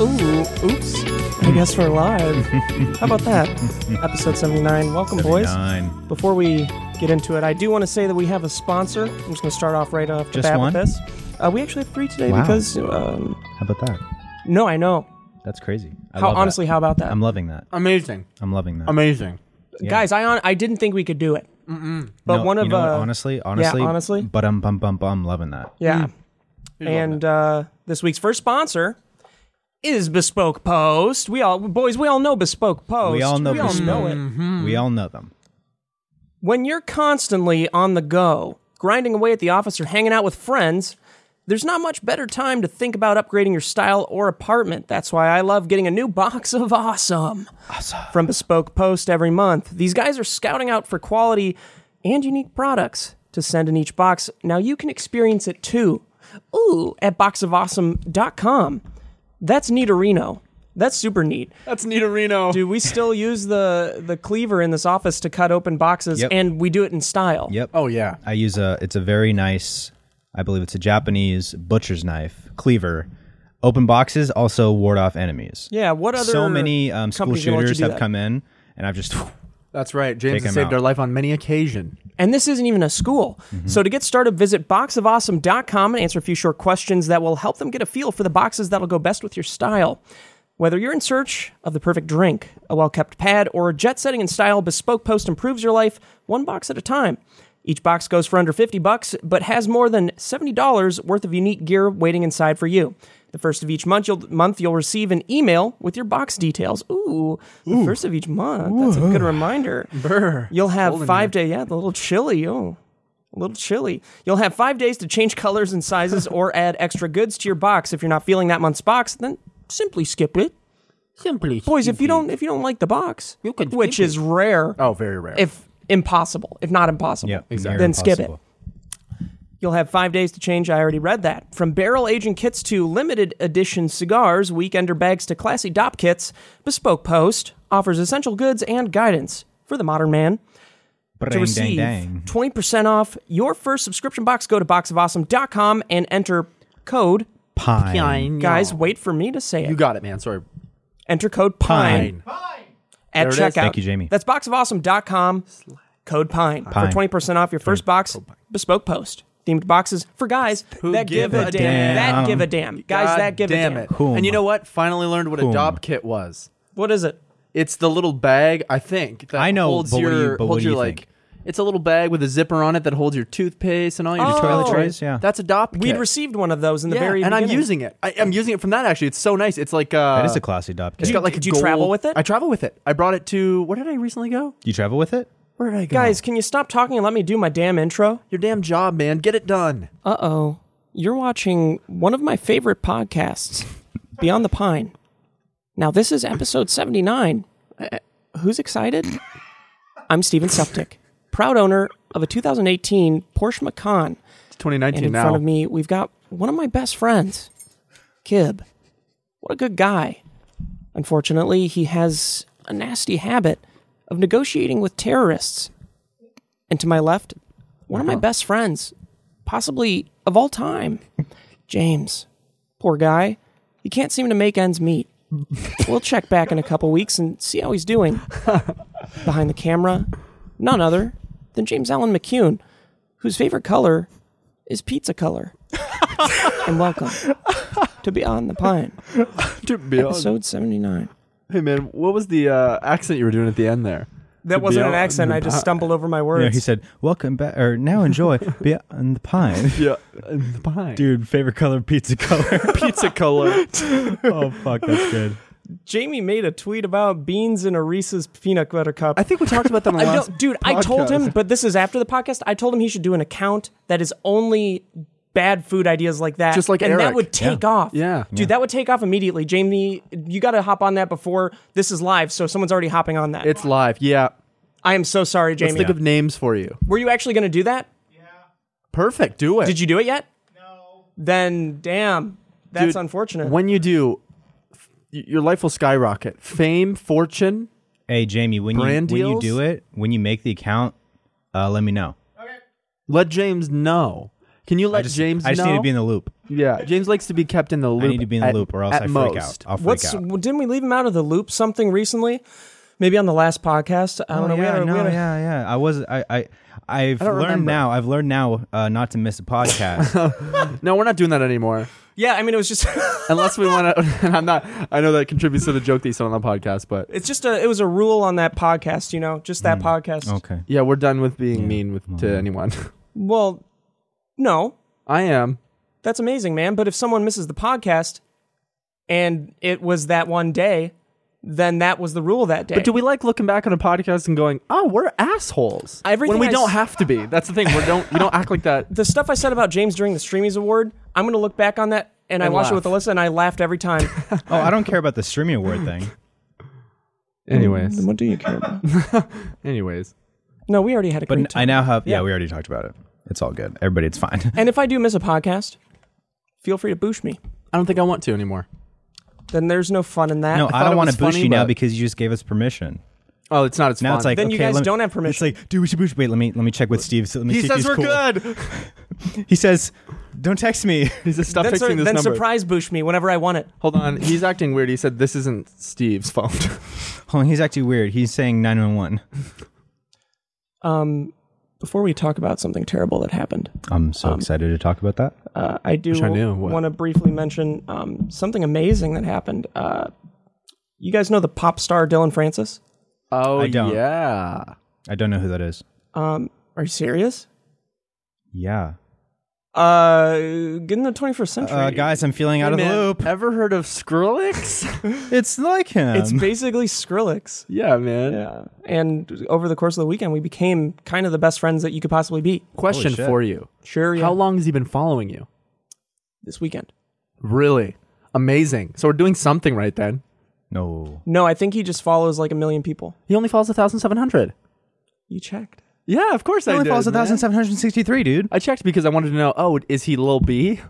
Ooh, oops. I guess we're live. How about that? Episode 79. Welcome, boys. Nine. Before we get into it, I do want to say that we have a sponsor. I'm just going to start off right off the Just bat one? with this. Uh, we actually have three today Wow. because, um, How about that? no, I know. That's crazy. I How love that. Um, Honestly, how about that? I'm loving that. Amazing. I'm loving that. Amazing. Guys, I on, I didn't think we could do it. Mm-mm. But No, one of you know what? uh, honestly, honestly, honestly. But I'm bum bum bum loving that. Yeah. And uh, this week's first sponsor is Bespoke Post. We all boys, we all know Bespoke Post. We all know we all Bespoke. know it. Mm-hmm. We all know them. When you're constantly on the go, grinding away at the office or hanging out with friends, there's not much better time to think about upgrading your style or apartment. That's why I love getting a new box of awesome, from Bespoke Post every month. These guys are scouting out for quality and unique products to send in each box. Now you can experience it too. Ooh, at boxofawesome.com. That's neaterino. That's super neat. That's Nita Reno. Dude, we still use the the cleaver in this office to cut open boxes, Yep. and we do it in style. Yep. Oh yeah. I use a. It's a very nice. I believe it's a Japanese butcher's knife cleaver. Open boxes also ward off enemies. Yeah. What other? So many um, school companies gonna let you shooters do have that? come in, and I've just That's right. James him has saved out. our life on many occasions. and this isn't even a school. So to get started, visit boxofawesome.com and answer a few short questions that will help them get a feel for the boxes that'll go best with your style. Whether you're in search of the perfect drink, a well kept pad, or a jet setting in style, Bespoke Post improves your life one box at a time. Each box goes for under 50 bucks, but has more than $70 worth of unique gear waiting inside for you. The first of each month you'll, month, you'll receive an email with your box details. Ooh, the first of each month. That's a good reminder. Brr. You'll have five day. Yeah, the little chilly. Oh, a little chilly. You'll have five days to change colors and sizes or add extra goods to your box. If you're not feeling that month's box, then simply skip it, Simply, boys. If you don't, if you don't like the box, You can skip which is rare, Oh, very rare. if impossible, if not impossible, yeah. then skip it. You'll have five days to change. I already read that. From barrel aging kits to limited edition cigars, weekender bags to classy DOP kits, Bespoke Post offers essential goods and guidance for the modern man. to receive dang, dang. 20% off your first subscription box go to boxofawesome.com and enter code Pine. Pine. guys wait for me to say it you got it, man. Sorry. enter code pine, Pine. at There it is. checkout Thank you, Jamie. that's boxofawesome.com code pine, Pine. for 20% off your first box bespoke post themed boxes for guys that give, a, damn. that give a damn guys God that give damn a damn it. And you know what? Finally learned what a dob kit was. what is it It's the little bag. I think that I know, Holds but what your, do you- but what holds do you your think? like. It's a little bag with a zipper on it that holds your toothpaste and all your Oh. Toiletries, yeah. That's a dob kit. we'd received one of those in the yeah, very and I'm beginning. using it. I, I'm using it from that actually. It's so nice. It's like uh, That is a classy dop kit. It's got like did a you travel gold- with it? I travel with it. I brought it to where did I recently go? you travel with it? Where did I go? guys can you stop talking and let me do my damn intro your damn job, man. Get it done. Uh oh, you're watching one of my favorite podcasts, Beyond the Pine. Now, this is episode 79. Uh, who's excited? I'm Steven Septic, proud owner of a 2018 Porsche Macan. It's And 2019 in now. front of me, we've got one of my best friends, Kib. What a good guy. Unfortunately, he has a nasty habit of negotiating with terrorists. And to my left, one of my best friends, possibly of all time, James. Poor guy. He can't seem to make ends meet. we'll check back in a couple weeks and see how he's doing. Behind the camera, none other than James Allen McCune, whose favorite color is pizza color. and welcome to Beyond Oh, the Pine, To be honest- episode 79. Hey man, what was the uh, accent you were doing at the end there? That wasn't an Beyond accent. the I just Pine. stumbled over my words. Yeah, he said, "Welcome back," or now enjoy beyond the pine. Yeah, in the pine. Dude, favorite color pizza color. pizza color. oh fuck, that's good. Jamie made a tweet about beans in a Reese's peanut butter cup. I think we talked about that on the I last. don't, dude, I told him, podcast. but this is after the podcast. I told him he should do an account that is only bad food ideas like that. Just like and that Eric. would take Yeah. off. Yeah. dude, that would take off immediately. Jamie, you got to hop on that before this is live. So someone's already hopping on that. It's live. Yeah. I am so sorry, Jamie. Let's think of names for you. Were you actually going to do that? Perfect. Do it. Did you do it yet? No. Then damn, that's Dude, unfortunate. When you do, f- y- your life will skyrocket. Fame, fortune. Hey Jamie, when Brand you when deals? you do it, when you make the account, uh, let me know. Let James know. Can you let I just, James I just know? need to be in the loop. yeah, James likes to be kept in the loop. I need to be in the at- loop, or else at I freak most. out. I'll freak What's out. didn't we leave him out of the loop something recently? Maybe on the last podcast. Oh, I don't know. Yeah, we had a, Oh, no, we had a- yeah, yeah. I was, I, I, I've don't learned remember. now. I've learned now uh, not to miss a podcast. No, we're not doing that anymore. yeah. I mean, it was just Unless we want to. I'm not. I know that contributes to the joke that you said on the podcast, but it's just a it was a rule on that podcast. You know, just Hmm. that podcast. okay. yeah, we're done with being mean with Mm-hmm. to anyone. Well, no, I am. that's amazing, man. But if someone misses the podcast, and it was that one day, then that was the rule that day. But do we like looking back on a podcast and going, "Oh, we're assholes"? Everything when we I don't s- have to be. That's the thing. We don't. We don't act like that. the stuff I said about James during the Streamies Award, I'm going to look back on that and, I And watched it laugh. with Alyssa and I laughed every time. Oh, I don't care about the streaming award thing. Anyways. what do you care about? Anyways. No, we already had a But great time. I now have. Yeah. we already talked about it. It's all good. Everybody, it's fine. and if I do miss a podcast, feel free to boosh me. I don't think I want to anymore. Then there's no fun in that. No, thought I, it don't want was to boost funny, you now but- because you just gave us permission. Oh, it's not. It's Now fun. it's like Then you okay, guys let me- don't have permission. It's like, dude, we should boost. Wait, let me let me check with Steve. So let me he see says if he's we're cool. good. He says, "Don't text me." He's just stop then sur- fixing this then number. surprise boosh me whenever I want it. Hold on. He's acting weird. He said this isn't Steve's phone. Hold on, he's acting weird. He's saying nine one one. Um, before we talk about something terrible that happened, I'm so Um, excited to talk about that. uh, I do I knew what. want to briefly mention um, something amazing that happened. Uh, you guys know the pop star Dylan Francis? oh I don't. yeah. I don't know who that is. Um, are you serious? Yeah, Uh, get in the 21st Um. century. uh, guys, I'm feeling out of the Man, loop. Ever heard of Skrillex? It's like him. It's basically Skrillex. yeah, man. Yeah. And over the course of the weekend, we became kind of the best friends that you could possibly be. Question Holy shit. for you. Sure. How long has he been following you? This weekend. Really? Amazing. So we're doing something right then. no. No, I think he just follows like a million people. He only follows 1,700. You checked. Yeah, of course He I only did. falls man. 1,763, dude. I checked because I wanted to know, oh, is he Lil B?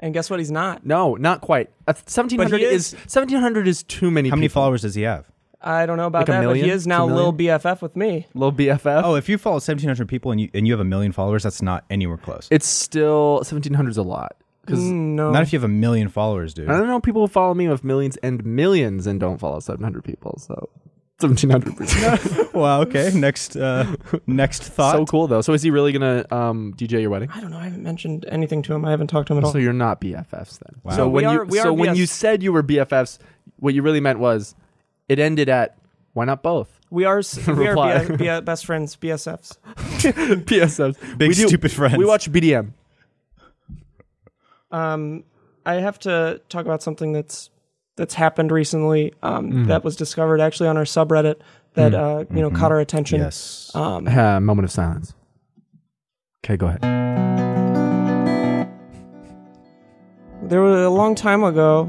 And guess what? He's not. No, not quite. A th- 1,700 But he is, 1,700 is too many How many people. followers does he have? I don't know about Like a that, but he million? is now Two Lil million? BFF with me. Lil BFF? Oh, if you follow 1,700 people and you and you have a million followers, that's not anywhere close. It's still, 1,700's a lot. Because Mm, No. Not if you have a million followers, dude. I don't know people who follow me with millions and millions and don't follow 700 people, so... 1700 wow. Okay. Next. Uh, next thought. so cool though so is he really gonna um dj your wedding I don't know. I haven't mentioned anything to him. I haven't talked to him at all. So you're not BFFs then. Wow. So No, we when are- you we so are when BFFs. you said you were BFFs, what you really meant was it ended at why not both we are s- we are Reply. B- B- best friends, BSFs. BFFs? Big stupid friends. We watch BDM. Um, I have to talk about something that's that's happened recently. Um, that was discovered actually on our subreddit that uh, you know caught our attention. Yes. Um, Uh, moment of silence. Okay, go ahead. There was a long time ago,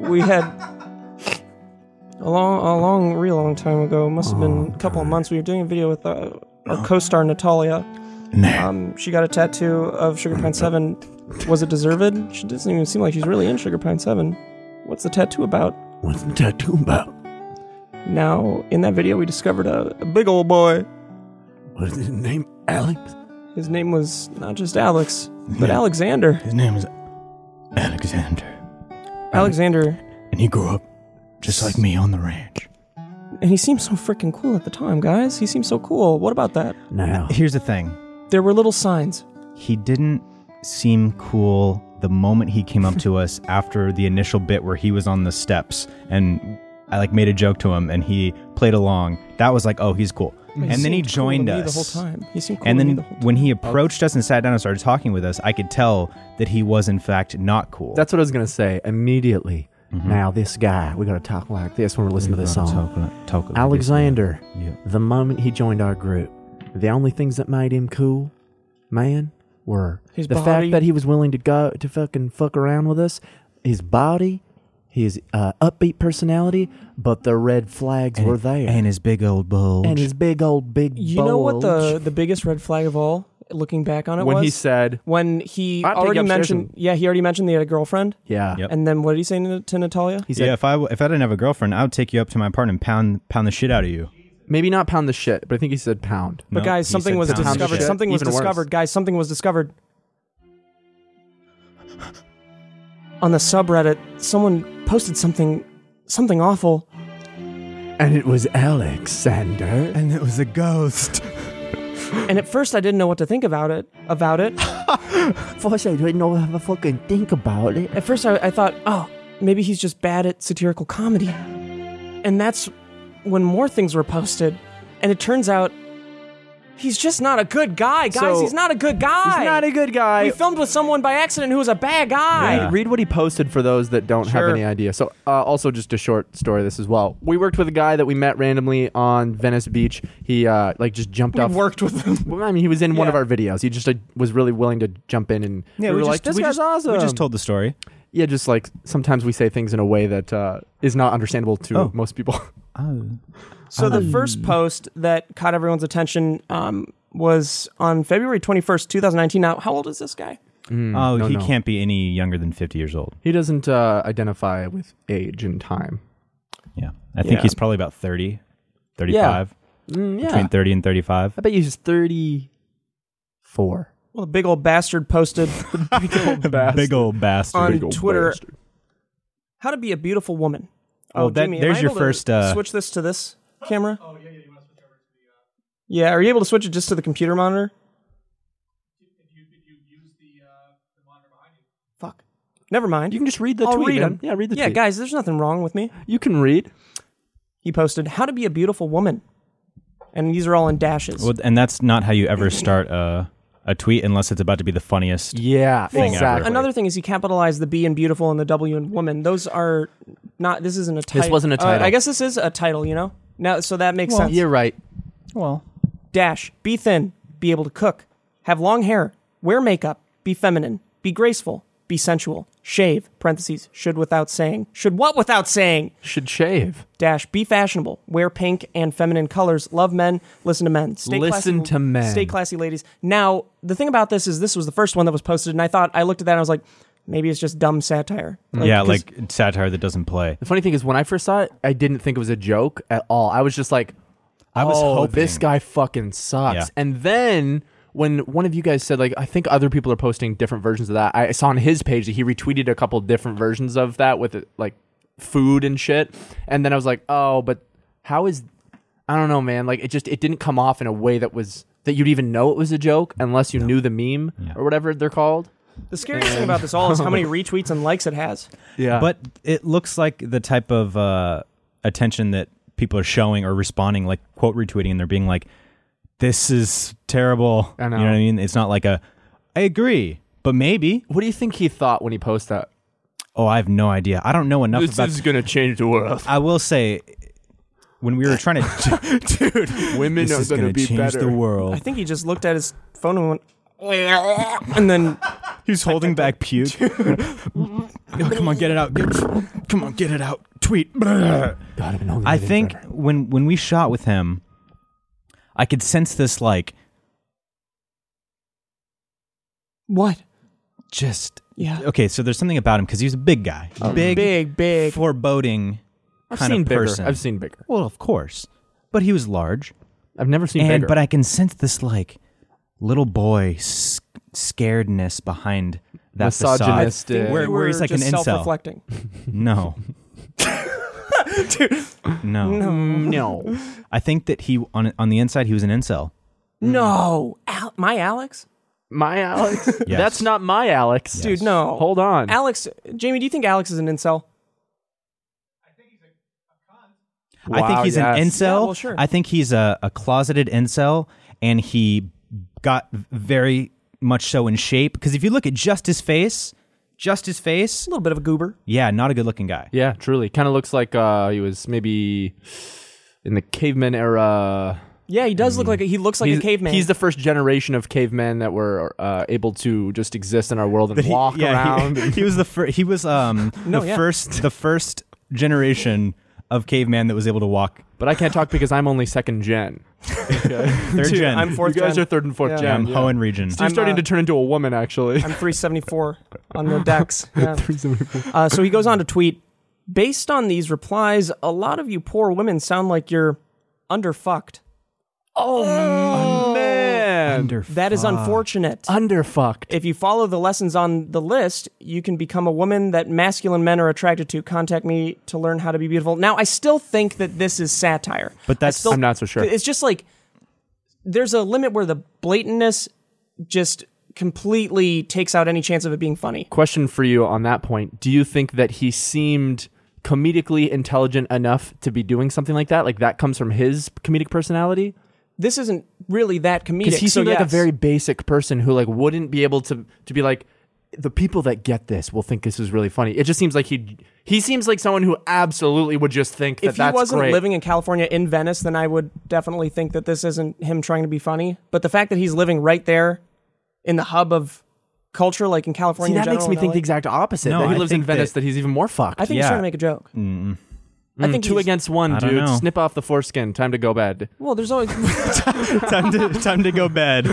we had a long, a long, real long time ago. Must have been Oh, a couple of months. We were doing a video with uh, our co-star Natalia. Um, she got a tattoo of Sugar Pine Seven. Was it deserved? She doesn't even seem like she's really in Sugar Pine Seven. What's the tattoo about? What's the tattoo about? Now, in that video, we discovered a, a big old boy. What is his name? Alex. His name was not just Alex, but Alexander. His name is Alexander, Alexander, and he grew up just like me on the ranch. and he seemed so freaking cool at the time, guys. He seemed so cool. What about that? Now Here's the thing. There were little signs. He didn't seem cool the moment he came up to us after the initial bit where he was on the steps and I like made a joke to him and he played along. That was like, oh, he's cool. and then seemed cool he to joined me us the whole time. He seemed cool And to then me the whole time. when he approached us and sat down and started talking with us, I could tell that he was in fact not cool. that's what I was gonna say immediately. Now this guy, we gotta talk like this when Mm-hmm. we listen to this song. Alexander, Yeah. the moment he joined our group, the only things that made him cool, man, were His the body. fact that he was willing to go to fucking fuck around with us, his body, his uh, upbeat personality, but the red flags were there. And his big old bulge. And his big old big You know what the the biggest red flag of all, looking back on it, was said, when he I'd take already you upstairs mentioned. and- Yeah, he already mentioned that he had a girlfriend, yeah, Yep. and then what did he say to, to Natalia? he said, yeah, if I if I didn't have a girlfriend, I would take you up to my apartment and pound pound the shit out of you. maybe not pound the shit, but I think he said pound. But No, guys, he something said was pound the discovered. shit. Something was Even worse. discovered, guys. Something was discovered. on the subreddit, someone posted something something awful. And it was Alexander. And it was a ghost. And at first I didn't know what to think about it about it. First, I didn't know how to fucking think about it. At first I, I thought, oh, maybe he's just bad at satirical comedy. And that's when more things were posted. And it turns out he's just not a good guy, guys. So- he's not a good guy. He's not a good guy. we filmed with someone by accident who was a bad guy. Yeah. Read, read what he posted for those that don't Sure. have any idea. So, uh, also just a short story. This as well. We worked with a guy that we met randomly on Venice Beach. He uh, like just jumped off. worked with him. Well, I mean, he was in one of Yeah. our videos. He just uh, was really willing to jump in and we were like, "This guy's awesome." We just told the story. yeah, just like sometimes we say things in a way that uh, is not understandable to Oh. most people. Oh. So the first post that caught everyone's attention um, was on February 21st, 2019. Now, how old is this guy? Hmm, oh, no, he no. can't be any younger than 50 years old. he doesn't uh, identify with age and time. Yeah. I think Yeah. he's probably about 30, 35, Mm, yeah, between 30 and 35. I bet he's thirty-four. Well, the big old bastard posted Big old bastard. on oh, Big old- Twitter how to be a beautiful woman. Oh, that- Jamie, am there's I your able to first, uh, switch this to this camera. Oh, yeah, yeah. You want to switch over to the. Uh... Yeah, are you able to switch it just to the computer monitor? uh, Fuck. Never mind. You can just read the I'll tweet. read man. 'em. Yeah, read the Yeah, tweet. guys, there's nothing wrong with me. You can read. He posted how to be a beautiful woman, and these are all in dashes. Well, and that's not how you ever start a, a tweet unless it's about to be the funniest. Yeah, Thing exactly. ever. Another thing is he capitalized the B in beautiful and the W in woman. Those are not. This isn't a title. wasn't a title. I guess this is a title. You know. Now, so that makes sense. You're right. Well, Dash. Be thin. Be able to cook. Have long hair. Wear makeup. Be feminine. Be graceful. Be sensual. Shave. Parentheses. Should without saying. Should what without saying? Should shave. Dash. Be fashionable. Wear pink and feminine colors. Love men. Listen to men. Stay Listen classy, to men. Stay classy, ladies. Now, the thing about this is, this was the first one that was posted, and I thought I looked at that and I was like, maybe it's just dumb satire. yeah, 'cause- like satire that doesn't play. The funny thing is, when I first saw it, I didn't think it was a joke at all. I was just like, I was oh, hoping. this guy fucking sucks." Yeah. And then when one of you guys said, "Like, I think other people are posting different versions of that," I saw on his page that he retweeted a couple different versions of that with like food and shit. And then I was like, "Oh, but how is?" I don't know, man. Like, it just it didn't come off in a way that was that you'd even know it was a joke unless you knew the meme or whatever they're called. the scariest thing about this all is how many retweets and likes it has. Yeah, But it looks like the type of uh, attention that people are showing or responding, like quote retweeting, and they're being like, "This is terrible." I know. You know what I mean? It's not like a, "I agree," but maybe. what do you think he thought when he posted that? Oh, I have no idea. I don't know enough about. gonna change the world. I will say, when we were trying to, dude, Women this is gonna change the world. Oh. I think he just looked at his phone and went, and then He's holding back puke. No, come on, get it out. Get- come on, get it out. Tweet. I think when when we shot with him, I could sense this like what? just Yeah. okay. So there's something about him because he's a big guy, big, Big, Oh. big. foreboding I've kind seen of bigger. person. I've seen bigger. well, of course, but he was large, I've never seen and bigger. but I can sense this like little boy s- scaredness behind that Misogynist. facade. Where- you where were he's like an just incel. self-reflecting. No. no. Mm. no. I think that he on on the inside he was an incel. No, Al- my Alex, My Alex? Yes. That's not my Alex. dude, no. Hold on. Alex, Jamie, do you think Alex is an incel? I think Wow, he's an yes. incel. Yeah, well, sure. I think he's a, a closeted incel, and he got very much so in shape. Because if you look at just his face, just his face, A little bit of a goober. yeah, not a good looking guy. Yeah, truly. Kind of looks like uh, he was maybe in the caveman era. Yeah, he does look like a, he looks like he's, a caveman. he's the first generation of cavemen that were uh, able to just exist in our world and He- walk yeah, he- around. He, was the first. He was um No, the yeah. first the first generation of caveman that was able to walk but I can't talk because I'm only second gen. third Dude, gen. I'm You fourth. guys gen. are third and fourth Yeah. gen. Yeah, I'm yeah. Hoenn region. You're I'm, starting uh, to turn into a woman, actually. I'm 374 on the decks. Yeah. Uh, so he goes on to tweet. Based on these replies, a lot of you poor women sound like you're underfucked. man. man. That is unfortunate. Underfucked. if you follow the lessons on the list, you can become a woman that masculine men are attracted to. Contact me to learn how to be beautiful. Now, I still think that this is satire. But that's- I still, I'm not so sure. It's just like there's a limit where the blatantness just completely takes out any chance of it being funny. Question for you on that point. Do you think that he seemed comedically intelligent enough to be doing something like that? Like that comes from his comedic personality? This isn't really that comedic. Because he so seemed like a yes. very basic person who like wouldn't be able to to be like the people that get this will think this is really funny. It just seems like he he seems like someone who absolutely would just think that if he that's wasn't great. living in California in Venice, then I would definitely think that this isn't him trying to be funny. But the fact that he's living right there in the hub of culture, like in California, See, in that general makes me and think the LA, exact opposite. No, that he I lives in think Venice, that- that, he's even more fucked. I think he's Yeah. trying to make a joke. Mm-hmm. I think Mm, Hmm, two he's- against one, I don't dude. know. Snip off the foreskin. Time to go bed. Well, there's always time to time to go bed.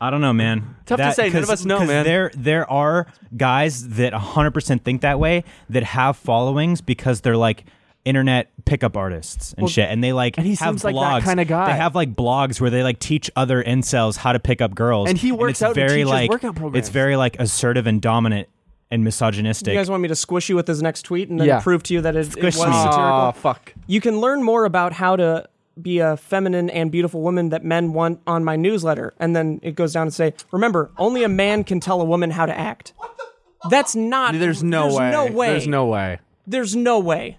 I don't know, man. Tough to say. None 'cause- of us know, 'cause man. There there are guys that 100% think that way that have followings because they're like internet pickup artists and shit and they like and he have seems like that blogs kinda guy. they have like blogs where they like teach other incels how to pick up girls And he works it's out and very teaches like workout programs. it's very like assertive and dominant and misogynistic you guys want me to squish you with his next tweet and then Yeah. prove to you that it, it was Squish me. satirical. Aw, fuck. You can learn more about how to be a feminine and beautiful woman that men want on my newsletter. And then it goes down and say, remember, only a man can tell a woman how to act. That's not. There's no there's way. No way. There's no way. There's no way.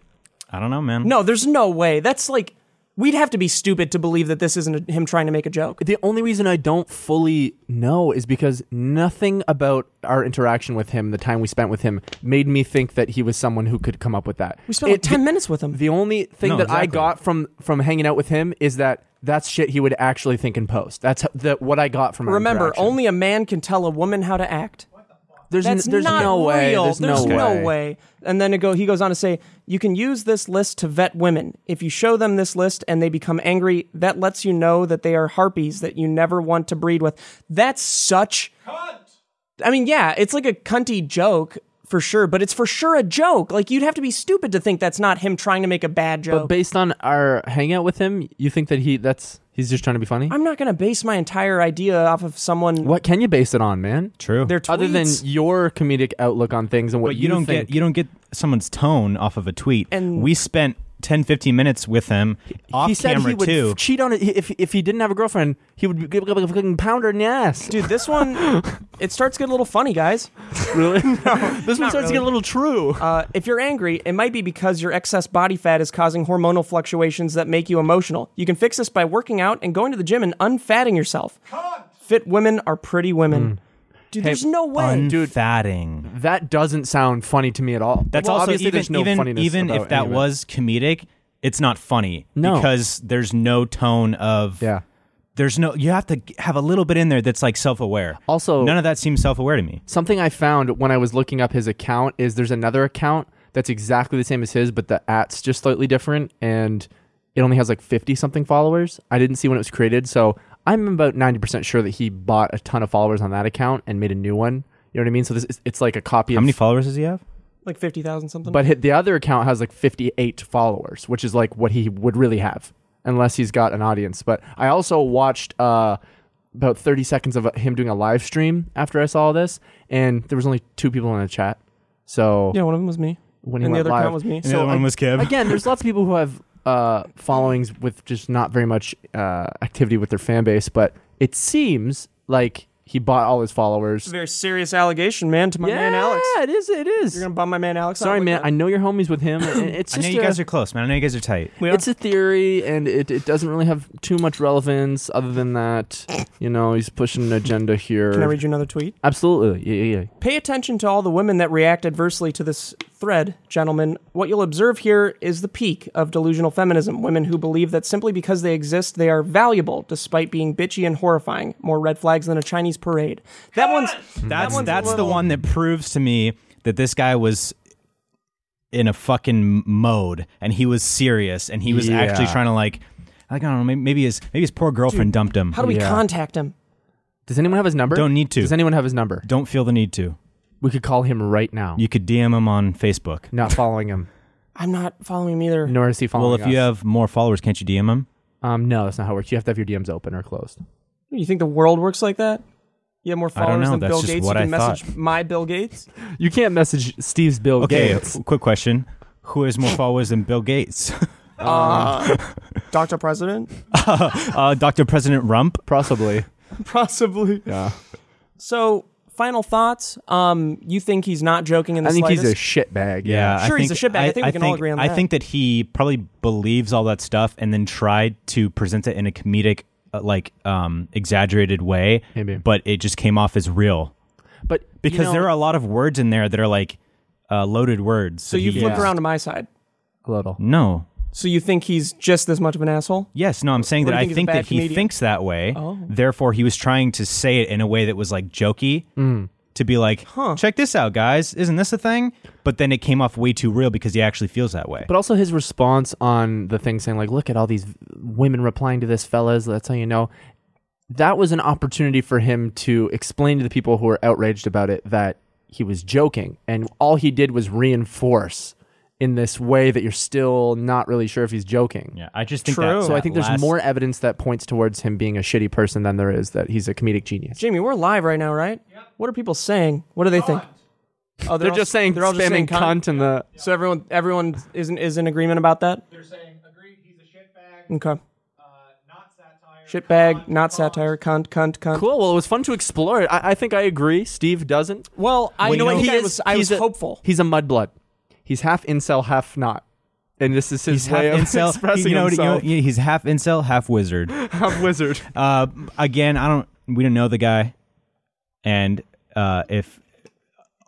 i don't know man No, there's no way. That's like we'd have to be stupid to believe that this isn't a, him trying to make a joke. The only reason I don't fully know is because nothing about our interaction with him, the time we spent with him, made me think that he was someone who could come up with that. We spent like ten minutes with him. The only thing No, that I exactly. got from from hanging out with him is that that's shit he would actually think and post. That's h- the, what I got from. our remember, interaction. only a man can tell a woman how to act. there's n- That's there's not no way. real. There's, no, way. And then it go, he goes on to say, you can use this list to vet women. If you show them this list and they become angry, that lets you know that they are harpies that you never want to breed with. That's such. I mean, yeah, it's like a cunty joke for sure, but it's for sure a joke. Like you'd have to be stupid to think that's not him trying to make a bad joke. But based on our hangout with him, you think that he that's he's just trying to be funny? I'm not going to base my entire idea off of someone what can you base it on, man? true their tweets. Other than your comedic outlook on things and what but you, don't think. get you don't get someone's tone off of a tweet. And- we spent 10 15 minutes with him off he said camera he would too. f- cheat on it if if he didn't have a girlfriend. He would give a fucking pound her in the ass. dude, this one it starts to get a little funny, guys. really? this one starts to really. get a little true. Uh, if you're angry, it might be because your excess body fat is causing hormonal fluctuations that make you emotional. You can fix this by working out and going to the gym and unfatting yourself. Fit women are pretty Hmm. women. Dude, there's no way. Unfatting. that doesn't sound funny to me at all. That's Well, also obviously even there's no even, funniness even about if that any of it. was comedic, it's not funny No. because there's no tone of yeah. There's no you have to g- have a little bit in there that's like self-aware. Also- none of that seems self-aware to me. Something I found when I was looking up his account is there's another account that's exactly the same as his, but the at's just slightly different, and it only has like 50 something followers. I didn't see when it was created, so I'm about 90% sure that he bought a ton of followers on that account and made a new one. You know what I mean? So this is, it's like a copy How of many followers does he have? Like 50,000 something. But hi- the other account has like 58 followers, which is like what he would really have, unless he's got an audience. But I also watched uh, about 30 seconds of uh, him doing a live stream after I saw this, and there was only two people in the chat. So yeah, one of them was me. when he And the went other live, account was me. the other one ag- was Kev. Again, there's lots of people who have uh, followings with just not very much uh, activity with their fan base, but it seems like he bought all his followers. Very serious allegation, man, to my man Alex. Yeah, it is. It is. You're going to bum my man Alex. out Sorry, like man. that? I know your homies with him. and It's I just know you a- guys are close, man. I know you guys are tight. We are- It's a theory, and it, it doesn't really have too much relevance other than that, you know, he's pushing an agenda here. Can I read you another tweet? Absolutely. Yeah, yeah, yeah. Pay attention to all the women that react adversely to this thread, gentlemen. What you'll observe here is the peak of delusional feminism women who believe that simply because they exist, they are valuable, despite being bitchy and horrifying. More red flags than a Chinese parade. That one's. Hmm. That's one's a that's little- the one that proves to me that this guy was in a fucking mode and he was serious and he was Yeah. actually trying to like like I don't know maybe, maybe his maybe his poor girlfriend dumped him. How do we Yeah. contact him? Does anyone have his number? Don't need to. Does anyone have his number? don't feel the need to. We could call him right now. You could DM him on Facebook. Not following him, I'm not following him either. nor is he following Oh Well, if you us. have more followers, can't you DM him? Um, no, that's not how it works. You have to have your DMs open or closed. You think the world works like that? You have more I don't followers know. than That's Bill just Gates. what you I can message my Bill Gates. You can't message Steve's Bill Okay, Gates. f- quick question. Who has more followers than Bill Gates? Dr. Uh, President? Uh, Dr. President Rump? Possibly. Possibly. Yeah. So, final thoughts. Um, you think he's not joking in the I think he's slightest? a shitbag. Yeah, Sure, I he's think, a shitbag. I think we can all agree on I that. think that he probably believes all that stuff and then tried to present it in a comedic, uh, like, um, exaggerated way. Maybe. but it just came off as real But because there are a lot of words in there that are like uh, loaded words. uh, so you flip Yeah. around to my side. a little. No. So you think he's just this much of an asshole? Yes. No. I'm saying What that do you I think is a think bad that he comedian? Oh. thinks that way. Therefore, he was trying to say it in a way that was like jokey. Mm. To be like, check this out, guys! Isn't this a thing? But then it came off way too real because he actually feels that way. But also his response on the thing saying like, "Look at all these women replying to this, fellas. That's how you know." That was an opportunity for him to explain to the people who were outraged about it that he was joking, and all he did was reinforce in this way that you're still not really sure if he's joking. yeah, I just think True. That, So So I that think there's last- more evidence that points towards him being a shitty person than there is that he's a comedic genius. Jamie, we're live right now, right? What are people saying? What do they think? Oh, They're all- just saying they're all just saying spamming cunt. cunt in the So everyone, everyone is in, is in agreement about that. They're saying, agreed, he's a shitbag, Okay. uh, not satire. Shitbag, not satire, cunt, cunt, cunt. Cool. Well, it was fun to explore it. I, I think I agree. Steve doesn't. Well, I know, what he I was, I was he's a- hopeful. He's a mudblood. He's half incel, half not. And this is his He's half way of incel. expressing You know, what- you know, himself. he's half incel, half wizard. half wizard. Uh, again, I don't. We don't know the guy, and uh, if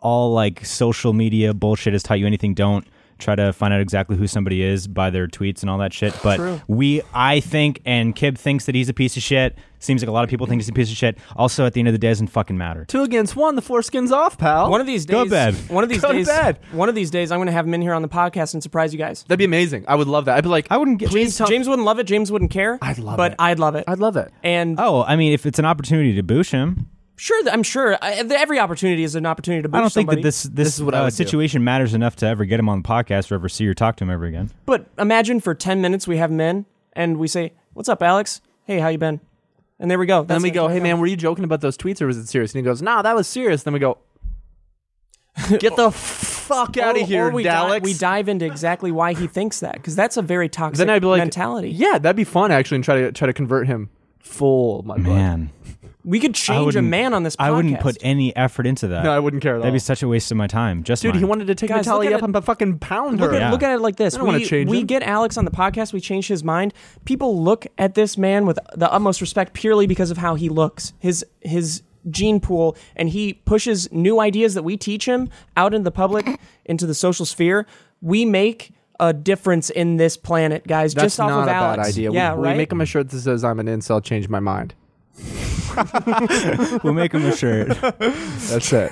all like social media bullshit has taught you anything, don't try to find out exactly who somebody is by their tweets and all that shit. But we, I think, and Kib thinks that he's a piece of shit. Seems like a lot of people think he's a piece of shit. Also, at the end of the day, it doesn't fucking matter. Two against one. The foreskin's off, pal. One of these days, Go bad. one of these Go to days, bed. one of these days, I'm going to have him in here on the podcast and surprise you guys. That'd be amazing. I would love that. I'd be like, I wouldn't get. please tell. James wouldn't love it. James wouldn't care. I'd love but it. I'd love it. I'd love it. and Oh, I mean, if it's an opportunity to boosh him, sure, that- I'm sure I, that every opportunity is an opportunity to. Boost I don't think somebody, that this this, is what I uh, would do. situation matters enough to ever get him on the podcast or ever see or talk to him ever again. But imagine for ten minutes we have him in and we say, "What's up, Alex? Hey, how you been?" And there we go. Then That's we it. go, hey man, were you joking about those tweets or was it serious? And he goes, nah, that was serious. Then we go, get the fuck out Or- of here, or we Daleks. Dive, we dive into exactly why he thinks that because that's a very toxic then I'd be like, mentality. Yeah, that'd be fun actually, and try to try to convert him full mudblood. Man. We could I change a wouldn't- man on this. podcast. I wouldn't put any effort into that. No, I wouldn't care at That'd all. be such a waste of my time. Just Dude, mine. he wanted to take Guys, look Natalia at up it- and fucking pound Look her. at, Yeah. look at it like this. I don't we wanna change we him. get Alex on the podcast. We change his mind. People look at this man with the utmost respect purely because of how he looks, his his gene pool, and he pushes new ideas that we teach him out into the public, into the social sphere. We make a difference in this planet, guys. That's just off not of a Alex. bad idea. Yeah, we, right. we make him a shirt that says "I'm an incel, change my mind." we'll make him a shirt. yeah, That's it.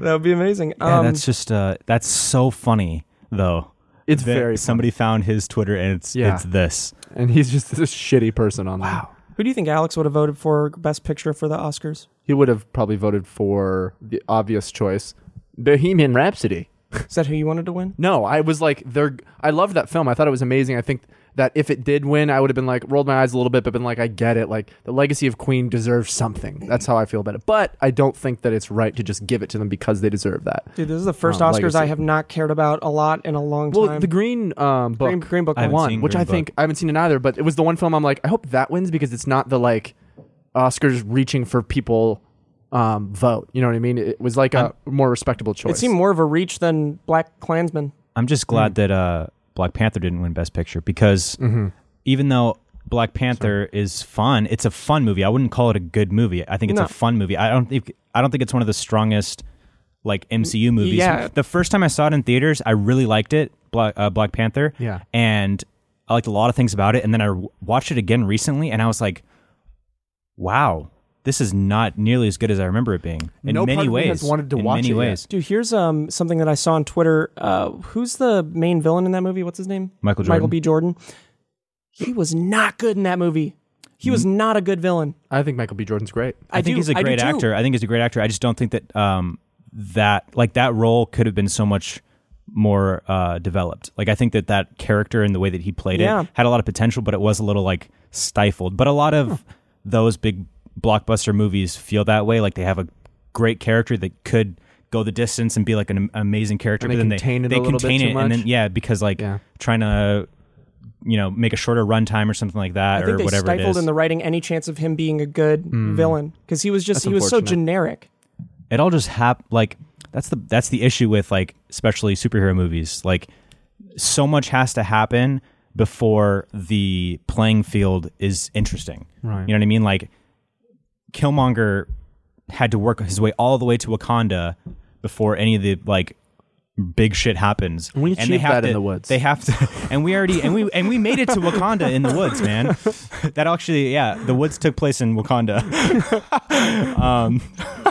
that would be amazing. um, that's just uh, that's so funny though. It's that very funny. somebody found his Twitter and it's Yeah. it's this. and he's just this shitty person on wow. who do you think Alex would have voted for Best Picture for the Oscars? He would have probably voted for the obvious choice, Bohemian Rhapsody. Is that who you wanted to win? No, I was like, they're. I loved that film. I thought it was amazing. I think that if it did win, I would have been like, rolled my eyes a little bit, but been like, I get it. Like, the legacy of Queen deserves something. That's how I feel about it. But I don't think that it's right to just give it to them because they deserve that. Dude, this is the first Oh, Oscars I legacy. have not cared about a lot in a long Well, time. the Green um, Book, Green- Green Book I I haven't seen won, which Green I think I haven't seen it either. But it was the one film I'm like, I hope that wins because it's not the like Oscars reaching for people um, vote. You know what I mean? It was like a more respectable choice. it seemed more of a reach than Black Klansman. I'm just Mm. glad that uh, Black Panther didn't win Best Picture because Mm-hmm. even though Black Panther is fun, it's a fun movie. I wouldn't call it a good movie. I think it's No. a fun movie. I don't think I don't think it's one of the strongest like MCU movies. yeah. The first time I saw it in theaters, I really liked it, Black, uh, Black Panther. Yeah. and I liked a lot of things about it. And then I w- watched it again recently, and I was like, wow. This is not nearly as good as I remember it being in No part many of me ways. has wanted to in watch many it yet. ways. Dude, here's um something that I saw on Twitter. Uh, who's the main villain in that movie? What's his name? Michael Michael Jordan. B. Jordan. He was not good in that movie. He was not a good villain. I think Michael B. Jordan's great. Mm-hmm. I, think do- he's a I do great too. actor. I think he's a great actor. I just don't think that um that like that role could have been so much more uh, developed. Like I think that that character and the way that he played Yeah. it had a lot of potential, but it was a little like stifled. But a lot of those big blockbuster movies feel that way. Like they have a great character that could go the distance and be like an am- amazing character, And they but then contain they it they a little bit contain too it, and then much. yeah, because like Yeah. trying to you know make a shorter runtime or something like that I think or they whatever it stifled is. Mm. in the writing any chance of him being a good villain because he was just That's he was so unfortunate. generic. it all just hap like that's the that's the issue with like especially superhero movies like so much has to happen before the playing field is interesting Right. you know what i mean like killmonger had to work his way all the way to wakanda before any of the like big shit happens we they achieved have that in to- the woods. they have to and we already and we and we made it to wakanda in the woods man that actually yeah the woods took place in wakanda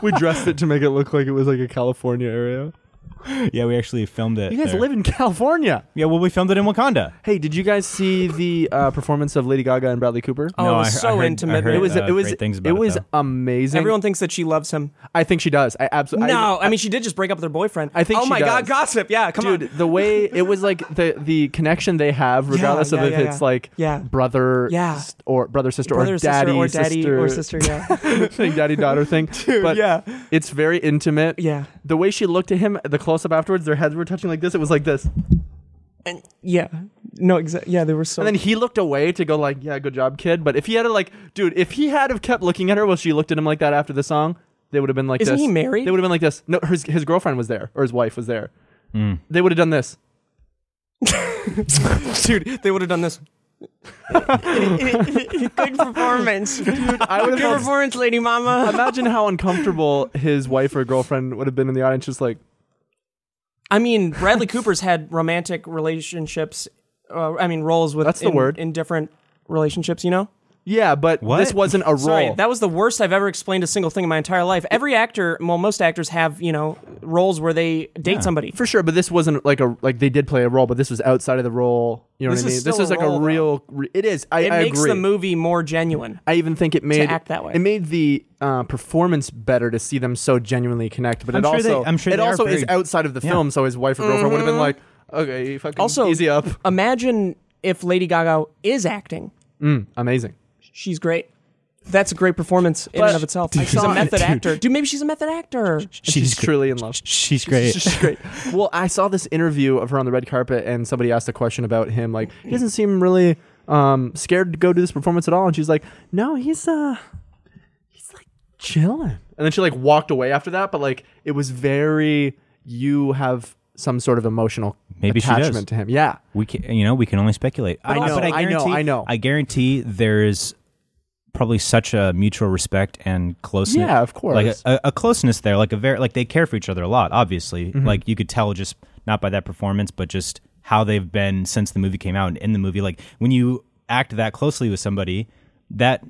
we dressed it to make it look like it was like a California area. yeah we actually filmed it You guys there. live in California. Yeah, well, we filmed it in Wakanda. Hey, did you guys see the uh, performance of Lady Gaga and Bradley Cooper? Oh, No, it was I- I so heard- I intimate. heard, uh, it it was was it was great things about it, was though. amazing. everyone thinks that she loves him. I think she does. I absolutely no, I, mean she did just break up with her boyfriend. I think Oh she my god, does. gossip. Yeah, come dude, on. the way it was like the the connection they have, regardless yeah, of if yeah, it's yeah. like Yeah. brother, Yeah. s- or brother sister, Brother, or daddy, sister, or daddy, or sister. Yeah, thing, daddy daughter thing. but yeah. it's very intimate. yeah, The way she looked at him, the close up afterwards, their heads were touching like this. It was like this, and and yeah. No, exactly. Yeah, they were so. then he looked away to go like, "Yeah, good job, kid." But if he had to like, dude, if he had have kept looking at her while she looked at him like that after the song, they would have been like, Isn't this. he married? They would have been like this. No, his his girlfriend was there or his wife was there. They would have done this. dude, they would have done this. Good performance. Good I would have performance, Lady Mama. Imagine how uncomfortable his wife or girlfriend would have been in the audience, just like, I mean, Bradley Cooper's had romantic relationships. Uh, I mean, roles with That's the in, word. in different relationships. You know, yeah, but What? this wasn't a role. sorry, that was the worst I've ever explained a single thing in my entire life. Every actor, well, most actors have you know roles where they date somebody. for sure, but this wasn't like a like they did play a role, but this was outside of the role. You know This what I is mean? This still is a like role, a real. Re- it is. I, It I makes agree. the movie more genuine. I even think it made act that way. It made the uh, performance better to see them so genuinely connect. But I'm it sure they- also, I'm sure it they are also is very- outside of the Yeah. film. So his wife or girlfriend would have been like, "Okay, you fucking Also- easy up." Imagine if Lady Gaga is acting; Mm, Amazing. she's great. That's a great performance in and of itself. she's a saw- method dude. actor, dude. Maybe she's a method actor. She's truly in love. She's great. She's great. Well, I saw this interview of her on the red carpet, and somebody asked a question about him. Like, he doesn't seem really um, scared to go do this performance at all. And she's like, "No, he's uh, he's like chilling." And then she like walked away after that. But like, it was very you have some sort of emotional Maybe she does. attachment to him. Yeah, we can, you know, we can only speculate. I also- I know, guarantee- I know. I guarantee there's probably such a mutual respect and closeness. Yeah, of course. Like a, a closeness there, like a very like they care for each other a lot. Obviously, Mm-hmm. like you could tell just not by that performance, but just how they've been since the movie came out and in the movie. Like when you act that closely with somebody, that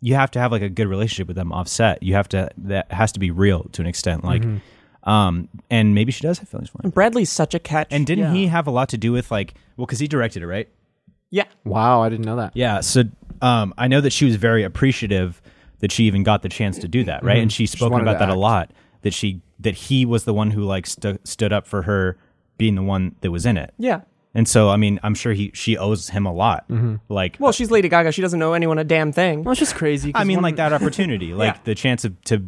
you have to have like a good relationship with them offset. You have to that has to be real to an extent. Like, Mm-hmm. um, and maybe she does have feelings for him. Bradley's such a catch. And didn't Yeah. he have a lot to do with like well cuz he directed it, right? yeah, wow, I didn't know that. Yeah, so um I know that she was very appreciative that she even got the chance to do that, right? And she's spoken wanted about to that a act. lot that she that he was the one who like stu- stood up for her being the one that was in it. yeah. And so I mean, I'm sure he she owes him a lot. Like Well, she's Lady Gaga. She doesn't know anyone a damn thing. Well, it's just crazy. 'cause I mean one- like that opportunity, like the chance of to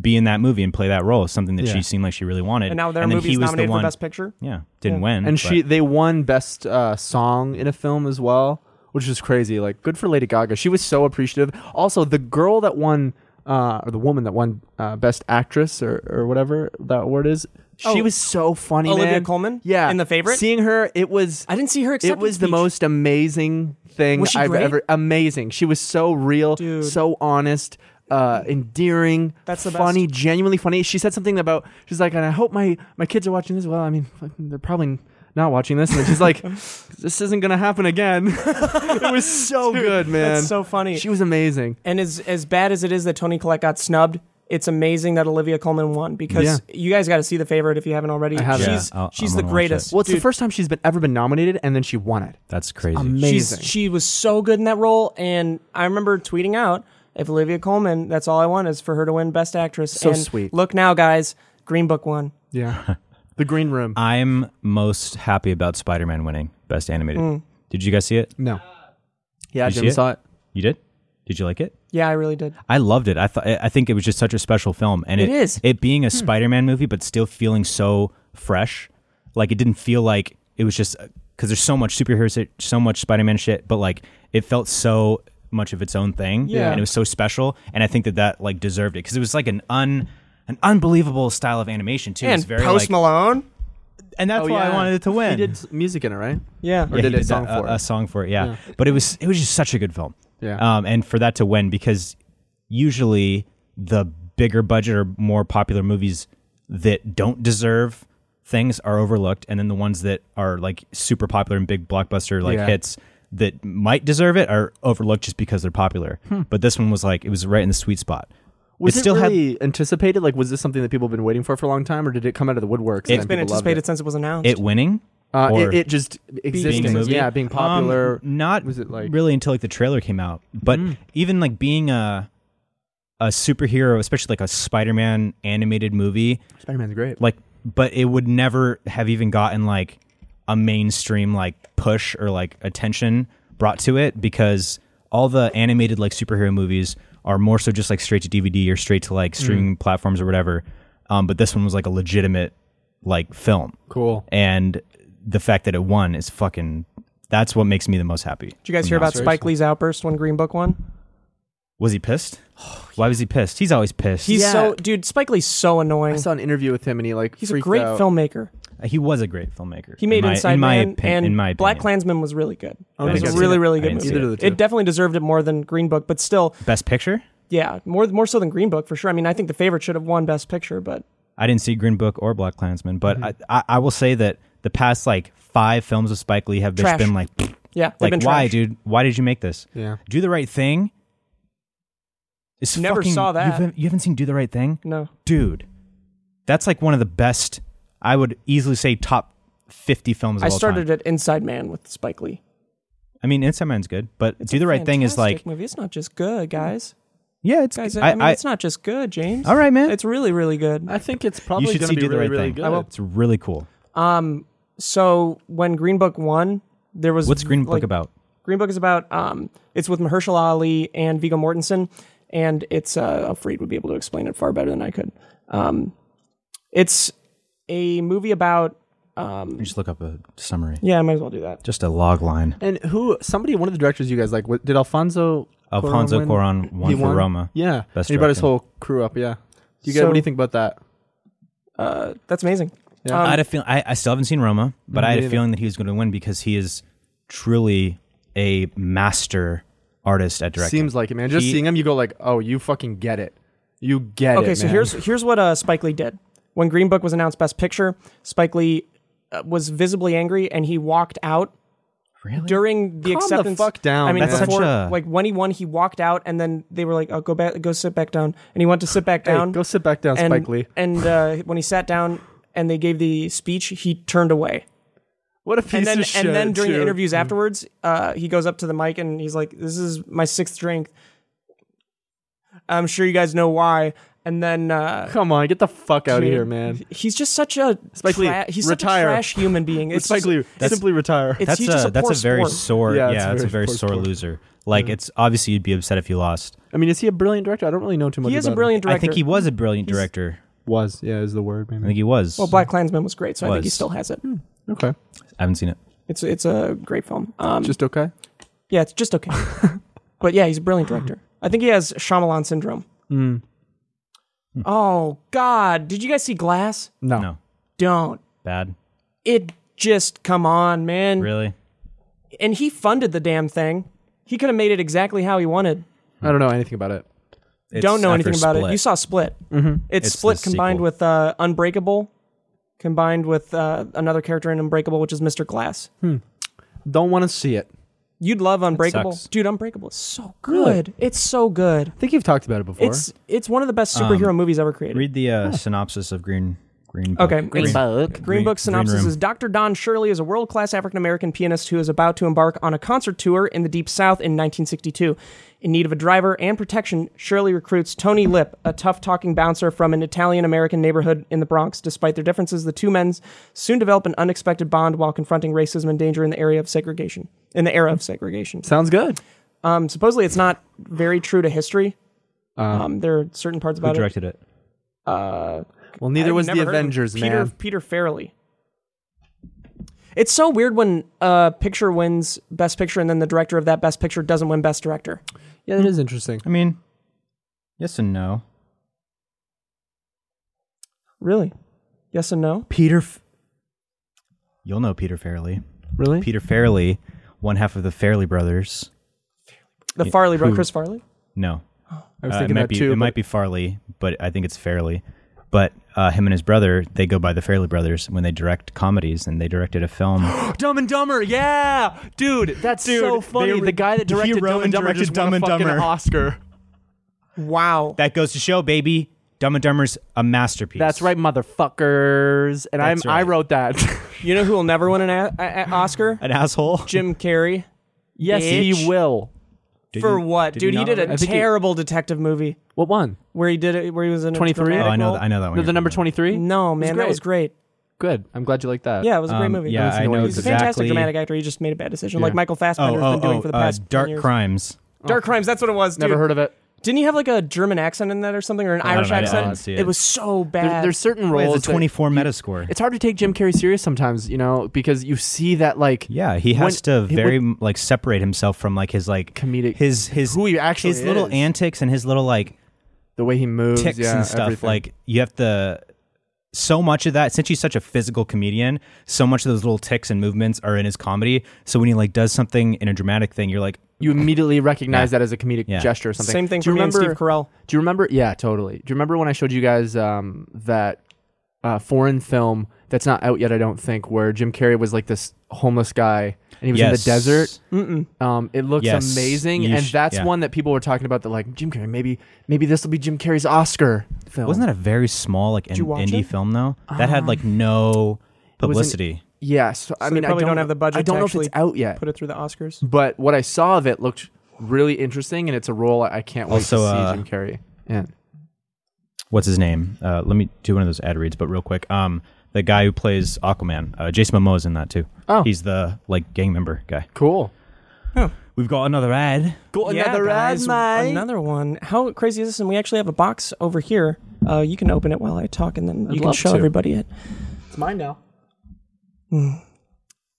be in that movie and play that role is something that Yeah. she seemed like she really wanted. And now their then movie he is was the nominated one- for Best Picture. Yeah, didn't win. and but- she they won best uh, song in a film as well, which is crazy. Like good for Lady Gaga. She was so appreciative. Also, the girl that won uh, or the woman that won uh, best actress or, or whatever that award is, she Oh, was so funny. Olivia man. Colman yeah, in The Favourite? Seeing her, it was I didn't see her. it acceptance was the speech. most amazing thing Was she I've great? ever. Amazing. She was so real, Dude. so honest, uh, endearing. That's the funny, genuinely funny. She said something about she's like, and I hope my my kids are watching this. Well, I mean, fucking, they're probably not watching this. And then she's like, this isn't gonna happen again. it was so good, man. That's so funny. She was amazing. uh, and as as bad as it is that Tony Collette got snubbed, it's amazing that Olivia Colman won because Yeah. you guys got to see the favorite if you haven't already. haven't. She's Yeah, I'll- she's I'm the gonna watch greatest. Well, it's the first time she's been ever been nominated, and then she won it. that's crazy. Amazing. She's, she was so good in that role, and I remember tweeting out, "If Olivia Colman, that's all I want is for her to win Best Actress." So and sweet. Look now, guys, Green Book won. yeah. The green room. I'm most happy about Spider Man winning Best Animated. Did you guys see it? no. Yeah, You Jim see it? saw it. You did? Did you like it? Yeah, I really did. I loved it. I thought I think it was just such a special film, and It is. it being a Spider-Man movie, but still feeling so fresh. Like it didn't feel like it was just because there's so much superhero shit, so much Spider-Man shit, but like it felt so much of its own thing, Yeah. and it was so special. And I think that that like deserved it because it was like an un an unbelievable style of animation too. It's And very Post like- Malone. and that's Oh, why yeah. I wanted it to win. He did s- music in it, right? Yeah. Or Yeah, did he a song that- for a, it. a song for it. Yeah. but it was it was just such a good film. Yeah. um, and for that to win because usually the bigger budget or more popular movies that don't deserve things are overlooked, and then the ones that are like super popular and big blockbuster like Yeah. hits that might deserve it are overlooked just because they're popular. But this one was like it was right in the sweet spot. Hmm. Was it, still had really anticipated? Like, was this something that people have been waiting for for a long time, or did it come out of the woodworks? It's been anticipated since it was announced. it winning. Uh, or- it, it just existing. being a movie. Yeah, being popular. Um, not was it like- Mm. really until like the trailer came out. But even like being a a superhero, especially like a Spider-Man animated movie, Spider-Man's great. like but it would never have even gotten like a mainstream like push or like attention brought to it because all the animated like superhero movies are more so just like straight to DVD or straight to Mm. like streaming platforms or whatever. Um, but this one was like a legitimate like film cool. and the fact that it won is fucking that's what makes me the most happy. Did you guys hear about Seriously. Spike Lee's outburst when Green Book won? Was he pissed? Why was he pissed? He's always pissed. He's Yeah. so dude. Spike Lee's so I annoying. saw an interview with him, and he like He's a freaked great out. filmmaker. he was a great filmmaker. He made in my, Inside in my Man opi- and in my Black opinion. Klansman was really good. Oh, I don't it was think a I've really seen it. really I good didn't movie. see Either of the two. It definitely deserved it more than Green Book, but still, Best Picture? yeah, more more so than Green Book for sure. I mean, I think the favorite should have won Best Picture, but I didn't see Green Book or Black Klansman, but Mm-hmm. I, I I will say that the past like five films of Spike Lee have just Trash. been like yeah, they've like been why trash. dude? Why did you make this? Yeah. Do the right thing. It's Never fucking- saw that. You haven't, you haven't seen Do the Right Thing? No, dude, that's like one of the best. I would easily say top fifty films. Of I all started Time. at Inside Man with Spike Lee. I mean, Inside Man's good, but Do the Right Thing is like, Fantastic movie. It's not just good, guys. yeah, it's. Guys, I, I, mean, I- it's not just good, James. all right, man. it's really really good. I think it's you probably should going see to be Do the really, Right really Thing. good. It's really cool. So when Green Book won, there was What's Green Book like, about? Green Book is about um, it's with Mahershala Ali and Viggo Mortensen, and it's uh, oh, Fried would be able to explain it far better than I could. Um, it's a movie about um, Just look up a summary. yeah, I might as well do that. Just a log line. And who? Somebody, one of the directors you guys like, what, did Alfonso? Alfonso win? Cuarón won He for Roma. Yeah, Best and he brought his director. whole crew up. Yeah, you guys, So- what do you think about that? Uh, that's amazing. Um, Yeah. I had a feel. I, I still haven't seen Roma, but I had a feeling that he was going to win because he is truly a master artist at directing. Seems like it, man. Just He- seeing him, you go like, oh, you fucking get it. You get it. Okay, so man. here's here's what uh, Spike Lee did when Green Book was announced Best Picture. Spike Lee uh, was visibly angry, and he walked out really. during the Calm the acceptance. fuck down, I mean, man. That's such before, a- like when he won, he walked out, and then they were like, "Oh, go back, go sit back down," and he went to sit back Hey, down. go sit back down, and, Spike Lee. And uh, when he sat down and they gave the speech, he turned away. What a piece And then, of shit. Hmm. and then during the dude. interviews afterwards, uh, he goes up to the mic and he's like, "This is my sixth drink. I'm sure you guys know why." And then uh, come on, get the fuck out of dude, here, man. He's just such a Spike Lee, tra- he's retire. such a trash human being. It's Spike Lee, simply retire. it's- that's he's a, just a that's poor a very sport. sore yeah, Yeah, it's a that's a very very poor sore sport. loser like it's obviously you'd be upset if you lost I mean, is he a brilliant director? I don't really know too much. He is about a brilliant director. i think he was a brilliant director Him. Was yeah, is the word i maybe. think he was Well, Oh, Black Klansman was great, so I think he Was. still has it. Hmm. Okay, i haven't seen it It's it's a great film. Um, just okay. yeah, it's just okay. but yeah, he's a brilliant director. I think he has Shyamalan syndrome. Hmm. Oh God! Did you guys see Glass? No. no Don't bad it just come on, man? really And he funded the damn thing. He could have made it exactly how he wanted. I don't know anything about it. It's Don't know after anything about it. Split. You saw Split. Mm-hmm. It's, It's Split the combined sequel. with uh, Unbreakable, combined with uh, another character in Unbreakable, which is Mr. Glass. Don't want to see it. You'd love Unbreakable, sucks. dude. Unbreakable is so good. It's so good. I think you've talked about it before. Um, It's it's one of the best superhero movies ever created. read the uh, synopsis of green Green Book. Okay. Green, Book. Green Green- Book synopsis Green Room. is Dr. Don Shirley is a world class African American pianist who is about to embark on a concert tour in the Deep South in 1962. In need of a driver and protection, Shirley recruits Tony Lip, a tough talking bouncer from an Italian American neighborhood in the Bronx. Despite their differences, the two men soon develop an unexpected bond while confronting racism and danger in the area of segregation. In the era of segregation. Sounds good. Um, supposedly, it's not very true to history. Uh, Um, there are certain parts Who about it. directed it? Well, neither I've was never the heard of him. Avengers, Peter, man. Peter Farrelly. It's so weird when a picture wins Best Picture and then the director of that Best Picture doesn't win Best Director. Yeah, that is interesting. I mean, yes and no. Really? Yes and no? Peter. F- You'll know Peter Fairley. Really? Peter Fairley, one half of the Fairley brothers. The Farley bro, Chris Farley? No, I was Uh, thinking it might that be, too. It but- might be Farley, but I think it's Fairley. But uh, him and his brother, they go by the Fairley brothers when they direct comedies, and they directed a film. Dumb and Dumber, yeah, dude, that's so funny. they- the guy that he directed wrote Dumb and and Dumber directed just won Dumb a and fucking Dumber. Oscar. Wow. that goes to show, baby, Dumb and Dumber's a masterpiece. That's right, motherfuckers. And I'm, That's I right. wrote that. You know who will never win an a- a- a- Oscar? An asshole. Jim Carrey. yes, Bitch. he will. Did For you- what? Dude, you he not did already- a I think he- terrible detective movie What one? where he did it, where he was in a 23? dramatic Oh, I know. role. Th- I know that one. No, you're the number talking twenty three. No, man, that was great. Good. I'm glad you like that. Yeah, it was a great Um, movie. yeah, I know He's a fantastic exactly- dramatic actor. He just made a bad decision, like Yeah. Michael Fassbender's about. been doing for the uh, past 10 Dark years. Crimes. Dark Crimes, that's what it was. Dude. Never heard of it. Didn't he have like a German accent in that or something or an don't Irish know, I accent? didn't see it. was so bad. There, there's certain It's roles. a that- 24 Metascore. it's hard to take Jim Carrey serious sometimes, you know, because you see that like Yeah, he has when- to very m like separate himself from like his like Comedic- his his who he actually his little is. antics and his little like the way he moves, ticks yeah, and stuff. everything. Like you have to so much of that since he's such a physical comedian, so much of those little ticks and movements are in his comedy. So when he like does something in a dramatic thing, you're like, you immediately recognize that as a comedic Yeah. gesture or something. Same thing Do for you me and remember? Steve Carell. Do you remember? Yeah, totally. Do you remember when I showed you guys um, that uh, foreign film that's not out yet? I don't think where Jim Carrey was like this homeless guy and he was yes, in the desert. Um, it looks Yes. amazing, You and sh- that's yeah. one that people were talking about. That like Jim Carrey, maybe maybe this will be Jim Carrey's Oscar film. Wasn't that a very small like in, you watch indie it? film though? That had Ah. like no publicity. Yes, I they mean probably I don't don't have the budget I don't to know if it's actually out yet, Put it through the Oscars. but what I saw of it looked really interesting, and it's a role I I can't wait Also, to see uh, Jim Carrey. in. What's his name? Uh, let me do one of those ad reads, but real quick. Um, the guy who plays Aquaman, uh, Jason Momoa is in that too. Oh. he's the like gang member guy. cool. We've got another ad. Go yeah, guys, another one. How crazy is this? And we actually have a box over here. Uh, you can open it while I talk, and then you can love show to. everybody it. It's mine now.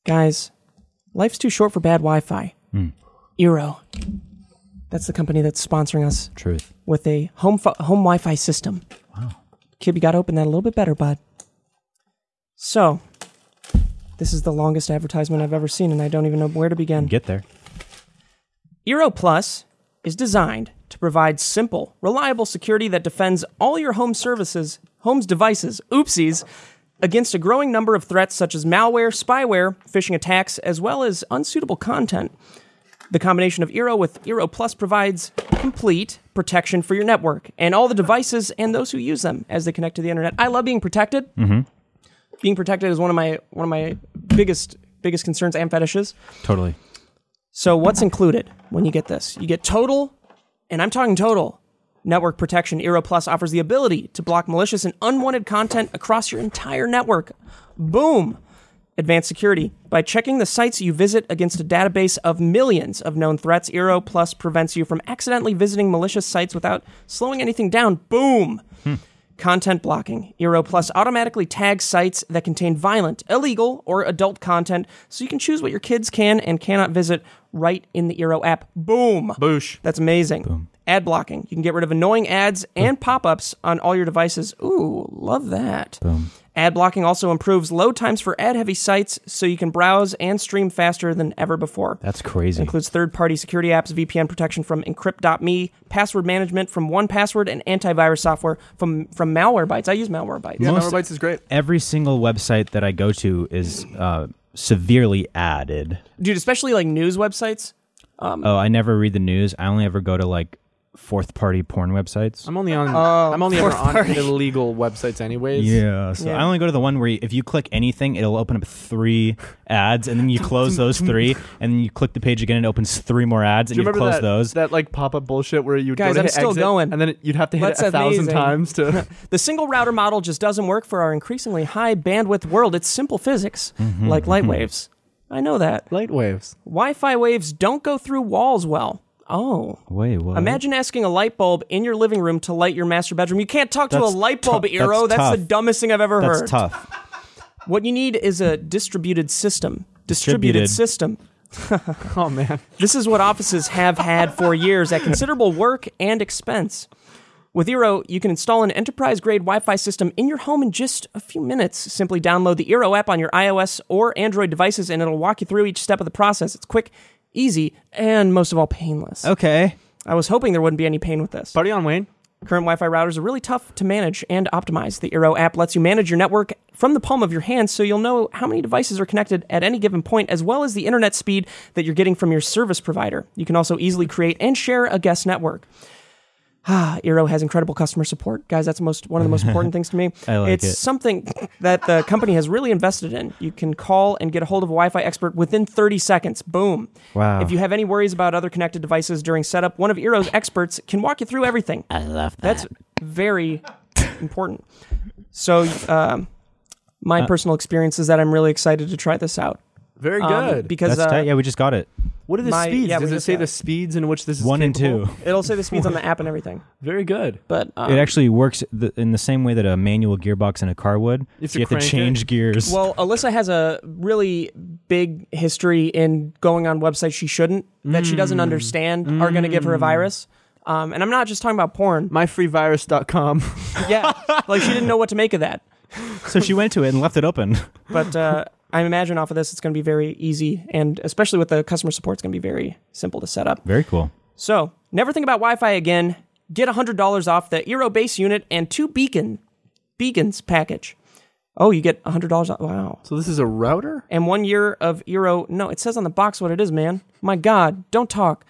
Guys, life's too short for bad Wi-Fi. Hmm. Eero, that's the company that's sponsoring us Truth. with a home fi- home Wi-Fi system. Wow, Kib, you got to open that a little bit better, bud. So, this is the longest advertisement I've ever seen, and I don't even know where to begin. Get there. Eero Plus is designed to provide simple, reliable security that defends all your home services, home's devices, oopsies, against a growing number of threats such as malware, spyware, phishing attacks, as well as unsuitable content. The combination of Eero with Eero Plus provides complete protection for your network and all the devices and those who use them as they connect to the internet. I love being protected. Being protected is one of my one of my biggest biggest concerns and fetishes. Totally. So what's included when you get this? You get total, and I'm talking total, network protection. Eero Plus offers the ability to block malicious and unwanted content across your entire network. Boom! Advanced security. By checking the sites you visit against a database of millions of known threats, Eero Plus prevents you from accidentally visiting malicious sites without slowing anything down. Boom! Content blocking. Eero Plus automatically tags sites that contain violent, illegal, or adult content so you can choose what your kids can and cannot visit right in the Eero app. Boom. Boosh. That's amazing. Ad blocking. You can get rid of annoying ads and pop ups on all your devices. Ooh, love that. Ad blocking also improves load times for ad heavy sites so you can browse and stream faster than ever before. That's crazy. Includes third party security apps, VPN protection from encrypt.me, password management from 1Password, and antivirus software from, from Malwarebytes. I use Malwarebytes. Yeah, Most- Mellow Bites is great. Every single website that I go to is uh, severely added. Dude, especially like news websites. Um, oh, I never read the news. I only ever go to like fourth party porn websites. I'm only on. Oh, I'm only ever fourth on party. illegal websites, anyways. yeah, so Yeah. I only go to the one where you, if you click anything, it'll open up three ads, and then you close those three, and then you click the page again, and it opens three more ads, Do and you you, remember close that, those. that like pop up bullshit where you Guys, go to I'm hit still exit, going. and then it- you'd have to hit That's it a thousand amazing. times to. The single router model just doesn't work for our increasingly high bandwidth world. It's simple physics, Mm-hmm, like light waves. I know that. Light waves. Wi Fi waves don't go through walls well. Oh. Wait, what? Imagine asking a light bulb in your living room to light your master bedroom. You can't talk That's to a light bulb, tou- that's Eero. That's, the tough. dumbest thing I've ever that's heard. tough. What you need is a distributed system. Distributed. distributed system. Oh man. This is what offices have had for years at considerable work and expense. With Eero, you can install an enterprise grade Wi Fi system in your home in just a few minutes. Simply download the Eero app on your iOS or Android devices, and it'll walk you through each step of the process. It's quick, easy, and most of all, painless. Oh. Okay. I was hoping there wouldn't be any pain with this. Party on, Wayne. Current Wi Fi routers are really tough to manage and optimize. The Eero app lets you manage your network from the palm of your hand so you'll know how many devices are connected at any given point, as well as the internet speed that you're getting from your service provider. You can also easily create and share a guest network. Ah, Eero has incredible customer support. Guys, that's most one of the most important things to me. I like it's it. something that the company has really invested in. You can call and get a hold of a Wi Fi expert within 30 seconds. Boom. Wow. If you have any worries about other connected devices during setup, one of Eero's experts can walk you through everything. I love that. That's very important. So, um, my personal experience is that I'm really excited to try this out. Very Um, good. because That's uh, tight. Yeah, we just got it. what are the my- speeds? yeah, Does we it just say got the it. speeds in which this is One and capable? two. it'll say the speeds on the app and everything. Very good. But um, It actually works the, in the same way that a manual gearbox in a car would. have So to you have to crank change gears. Well, Alyssa has a really big history in going on websites she shouldn't, that she Mm. doesn't understand, are going to give her a virus. Um, and I'm not just talking about porn. Myfreevirus.com. Yeah, like she didn't know what to make of that. so she went to it and left it open. But uh, I imagine off of this, it's going to be very easy, and especially with the customer support, it's going to be very simple to set up. Very cool. So never think about Wi-Fi again. Get $100 off the Eero base unit and two beacon beacons package. Oh, you get $100 off. Wow. So this is a router. and one year of Eero. No, it says on the box what it is, man. My God, don't talk.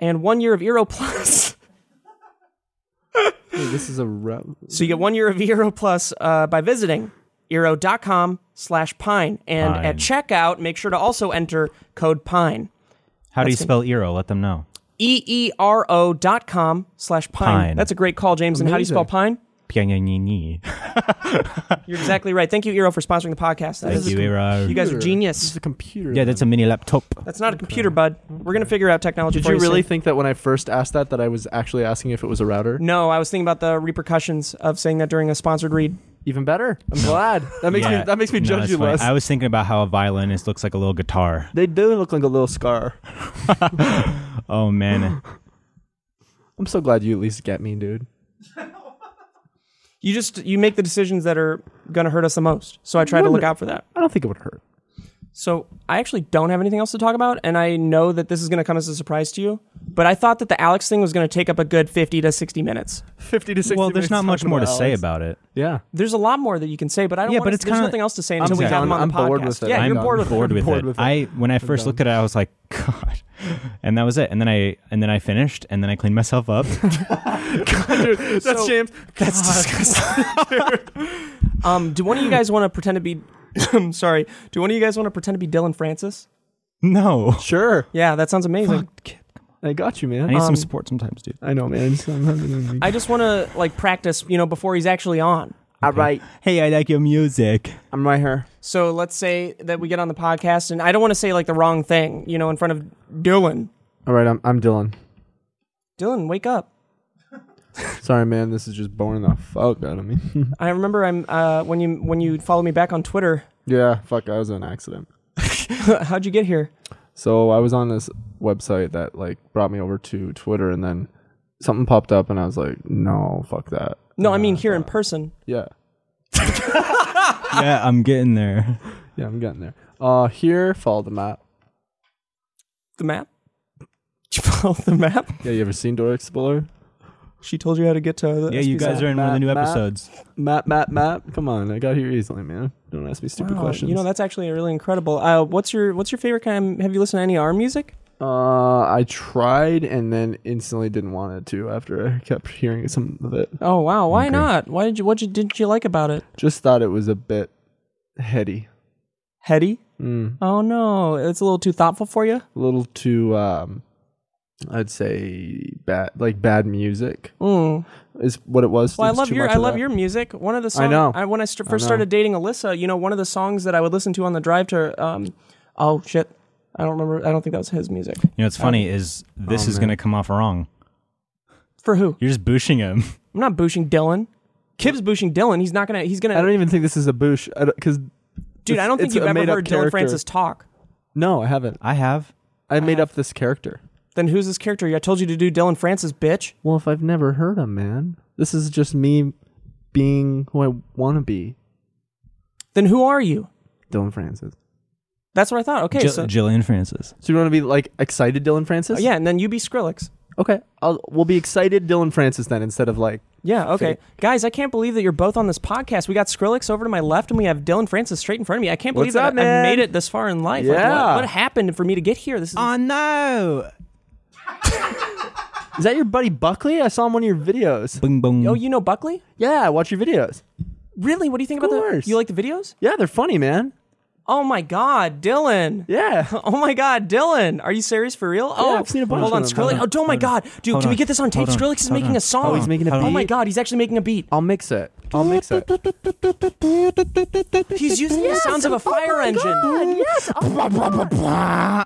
And one year of Eero Plus. Wait, this is a router. so you get one year of Eero Plus uh, by visiting eero.com slash pine. And Pine. at checkout, make sure to also enter code pine. How do you spell Eero? Let them know. E E R O dot com slash pine. Pine. That's a great call, James. And how do you Amazing. spell pine? Pianini. You're exactly right. Thank you, E Eero, for sponsoring the podcast. That Thank is- you, Eero. You guys are This is genius. a computer. yeah, that's a mini laptop. That's not a computer, bud. We're going to figure out technology Did for you really soon. think that when I first asked that that I was actually asking if it was a router? No, I was thinking about the repercussions of saying that during a sponsored read. Even better. I'm glad. That makes Yeah. me. That makes me No, judge that's you fine. less. I was thinking about how a violinist looks like a little guitar. they do look like a little scar. Oh man, I'm so glad you at least get me, dude. you just you make the decisions that are going to hurt us the most so i try to look out for that I don't think it would hurt. so i actually don't have anything else to talk about and i know that this is going to come as a surprise to you but i thought that the alex thing was going to take up a good 50 to 60 minutes Fifty to sixty. well, there's not much more to say about it. Yeah. there's a lot more that you can say but i don't Yeah, wanna, but it's there's kinda- nothing else to say until we done. have them on the I'm podcast bored with it. yeah I'm you're I'm bored with bored it with, bored it. with it. I when I first looked at it, I was like, God, and that was it. And then I and then I finished, and then I cleaned myself up. That's James. that's disgusting um do one of you guys want to pretend to be i'm sorry do one of you guys want to pretend to be dylan francis no, Sure. yeah that sounds amazing I got you, I man. need Um, some support sometimes, dude. I know, man. i just want to like practice you know before he's actually on All right. Hey, I like your music. I'm right here. So let's say that we get on the podcast, and I don't want to say like the wrong thing, you know, in front of Dylan. All right. I'm. I'm Dylan. Dylan, wake up! Sorry, man. This is just boring the fuck out of me. I remember I'm uh, when you when you follow me back on Twitter. yeah. Fuck. I was in an accident. How'd you get here? So I was on this website that like brought me over to Twitter, and then something popped up, and I was like, no, fuck that. No, I mean here in person. Yeah. yeah, I'm getting there. Yeah. I'm getting there. Uh, here, follow the map. The map. Did you follow the map? Yeah. You ever seen Door Explorer? She told you how to get to the. Yeah, you SPZ. guys are in one of the new Matt, Matt. episodes. Map, map, map. Come on, I got here easily, man. Don't ask me stupid Wow, questions. You know that's actually really incredible. Uh, what's your What's your favorite kind? Of, have you listened to any R music? Uh, I tried and then instantly didn't want it to after I kept hearing some of it. Oh wow, why not? Why did you what you didn't you like about it? Just thought it was a bit heady, Heady? mm, Oh no, it's a little too thoughtful for you. a little too um, I'd say bad, like bad music Mm. is what it was. Well, I It's love too your much I of love that. your music. One of the songs know. when I st- first know. started dating Alyssa, you know, one of the songs that I would listen to on the drive to um, oh shit, I don't remember. I don't think that was his music. You know, what's funny is Oh, this is going to come off wrong. For who? You're just booshing him. I'm not booshing Dylan. Kib's booshing Dylan. He's not gonna. He's gonna. I don't even think this is a boosh because dude, I don't think you've ever heard Dylan Francis talk. no, I haven't. I have. I made up this character. Then who's this character? I told you to do Dylan Francis, bitch. Well, if I've never heard him, man, this is just me being who I want to be. Then who are you? Dylan Francis. That's what I thought. Okay, Jill- so Jillian Francis. So you want to be like excited, Dylan Francis? Oh, yeah, and then you be Skrillex. Okay, I'll, we'll be excited, Dylan Francis, then instead of like Yeah, okay. Fake. Guys, I can't believe that you're both on this podcast. We got Skrillex over to my left and we have Dylan Francis straight in front of me. I can't believe What's that up, I- man? I made it this far in life. Like, Yeah. Um, what, what happened for me to get here? This is no! Is that your buddy Buckley? I saw him one of your videos. Boom, boom. Oh, you know Buckley? Yeah, I watch your videos. Really? What do you think about course. the You like the videos? Yeah, they're funny, man. Oh my god, Dylan. Yeah. Oh my god, Dylan. Are you serious for real? oh, I've seen a bunch Hold of on, them. Skrillex. Hold on. Oh, oh my Hold god. Dude, on. can we get this on tape? Hold on. Skrillex is Hold making on. a song. Oh, he's making a Oh my beat? god, he's actually making a beat. I'll mix it. I'll mix it. He's using the sounds oh of a fire engine. Yes. Oh,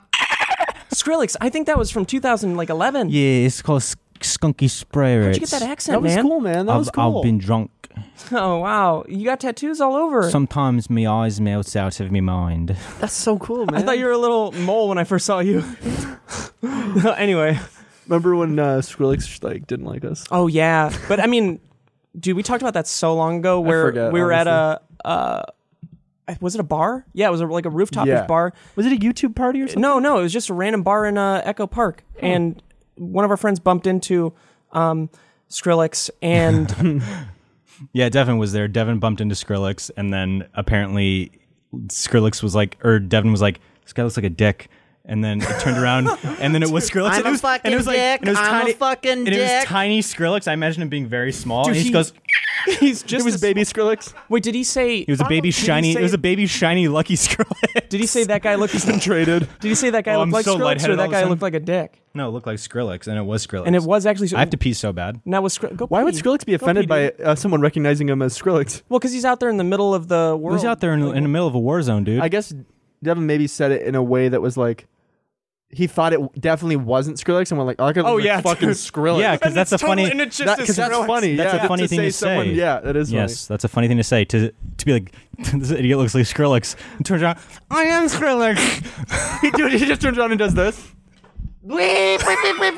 Skrillex, I think that was from 2011. Yeah, it's called sk- Skunky Spray. How'd you get that accent, That was man? cool, man. That I've, was cool. I've been drunk. Oh wow, you got tattoos all over. Sometimes my eyes melt out of my mind. That's so cool, man. I thought you were a little mole when I first saw you. anyway, remember when uh, Skrillex like didn't like us. oh yeah, but I mean, dude, we talked about that so long ago. Where forget, we were at a, uh, was it a bar? Yeah, it was a, like a rooftop Yeah. bar. Was it a YouTube party or something? No, no, it was just a random bar in uh, Echo Park, and one of our friends bumped into um, Skrillex, and Yeah, Devin was there. Devin bumped into Skrillex, and then apparently Skrillex was like, or Devin was like, this guy looks like a dick. And then it turned around, and then it was Skrillex. I'm and it a was, and it was like, And fucking dick. it was I'm a tiny, fucking and it was dick. tiny Skrillex. I imagine him being very small. and he, he- just goes, he's just It was as- baby Skrillex. Wait, did he say it was a baby did he shiny, say- it was a baby shiny lucky Skrillex. Did he say that guy looked? did Traded. he say that guy Oh, looked I'm like so Skrillex, or lightheaded all that of a guy sudden. looked like a dick? No, it looked like Skrillex, and it was Skrillex. And it was actually. I have to pee so bad. Now was Skr- go Why would pee. Skrillex be Go offended pee, by dude. uh, someone recognizing him as Skrillex? Well, because he's out there in the middle of the It world. was out there in, in the middle of a war zone, dude. I guess Devin maybe said it in a way that was like he thought it definitely wasn't Skrillex, and went like, "I could Oh, yeah, fucking dude. Skrillex." yeah, because that's a funny. That- 'cause that's funny. That's yeah. a funny thing to someone- say. yeah, that is. Yes, that's a funny thing to say. To to be like, this idiot looks like Skrillex. And turns around, I am Skrillex. Funny. Dude, he just turns around and does this. His-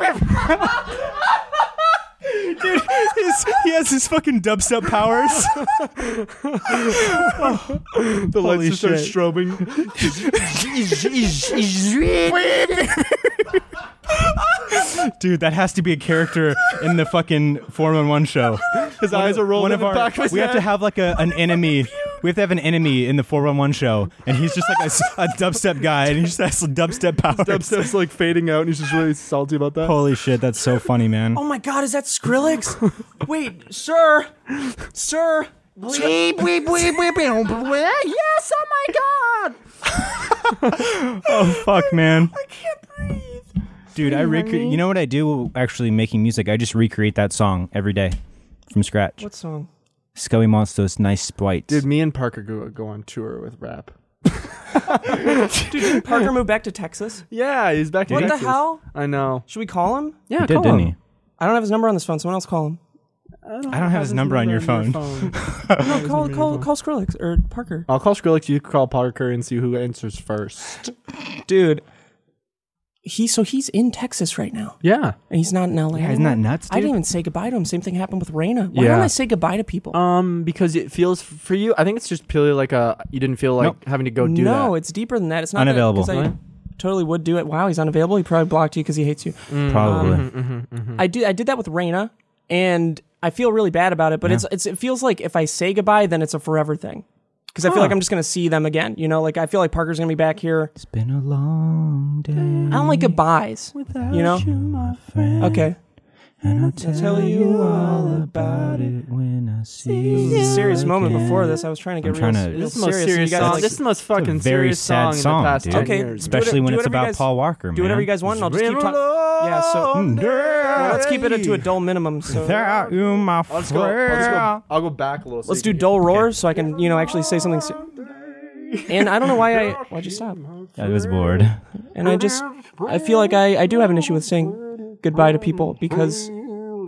he has his fucking dubstep powers. The Holy lights just shit. start strobing. Dude, that has to be a character in the fucking 411 show. His eyes are rolling One in of the our, back of his we have to head. have like a, an enemy. We have to have an enemy in the 411 show, and he's just like a, s- a dubstep guy, and he just has dubstep powers. Dubstep's like fading out, and he's just really salty about that. Holy shit, that's so funny, man. Oh my God! Is that Skrillex? Wait, sir, sir. yes, oh my god! Oh, fuck, man. I can't breathe. Dude, I recreate. You know what I do? Actually, making music, I just recreate that song every day from scratch. What song? Scully Monsters, nice sprites. Dude, me and Parker go, go on tour with rap. Parker moved back to Texas. Yeah, he's back. What in the Texas. hell? I know. Should we call him? Yeah, he did, didn't he? I don't have his number on this phone. Someone else call him. I don't have his number on your phone. No, call call call Skrillex or Parker. I'll call Skrillex. You call Parker and see who answers first. Dude, he so he's in Texas right now, Yeah. and he's not in LA. Yeah, isn't that nuts, I didn't dude? even say goodbye to him. Same thing happened with Raina. Why don't Yeah. I say goodbye to people? Um, because it feels for you. I think it's just purely like a you didn't feel like Nope. having to go do that. no, it's deeper than that. It's not that- Unavailable. 'cause I Totally would do it. Wow, he's unavailable. He probably blocked you because he hates you. Mm-hmm. Probably. Um, I do. I did that with Raina, and I feel really bad about it. But it's, it's it feels like if I say goodbye, then it's a forever thing. because I feel like I'm just gonna see them again. You know, like I feel like Parker's gonna be back here. It's been a long I day. don't like goodbyes. You know? my friend. Okay. And I'll tell you all about it when I see This is a serious moment before this. I was trying to get I'm trying real, to- real This is the most serious. and serious you guys, song. like, this is the most fucking very serious sad song, song, in the past dude. 10 Okay, years. do Especially when do it's whatever you about guys- Paul Walker, do whatever man. Mm. you guys want. And I'll just keep Been a talking. Yeah. So Hmm. Long well, let's keep it day. to a dull minimum. So Without you, my I'll just go, I'll just friend. go, I'll go back a little. so let's do you can- dull roars so I can you know actually say something. se- and I don't know why I why'd you stop. I was bored. And I just I feel like I I do have an issue with saying goodbye to people because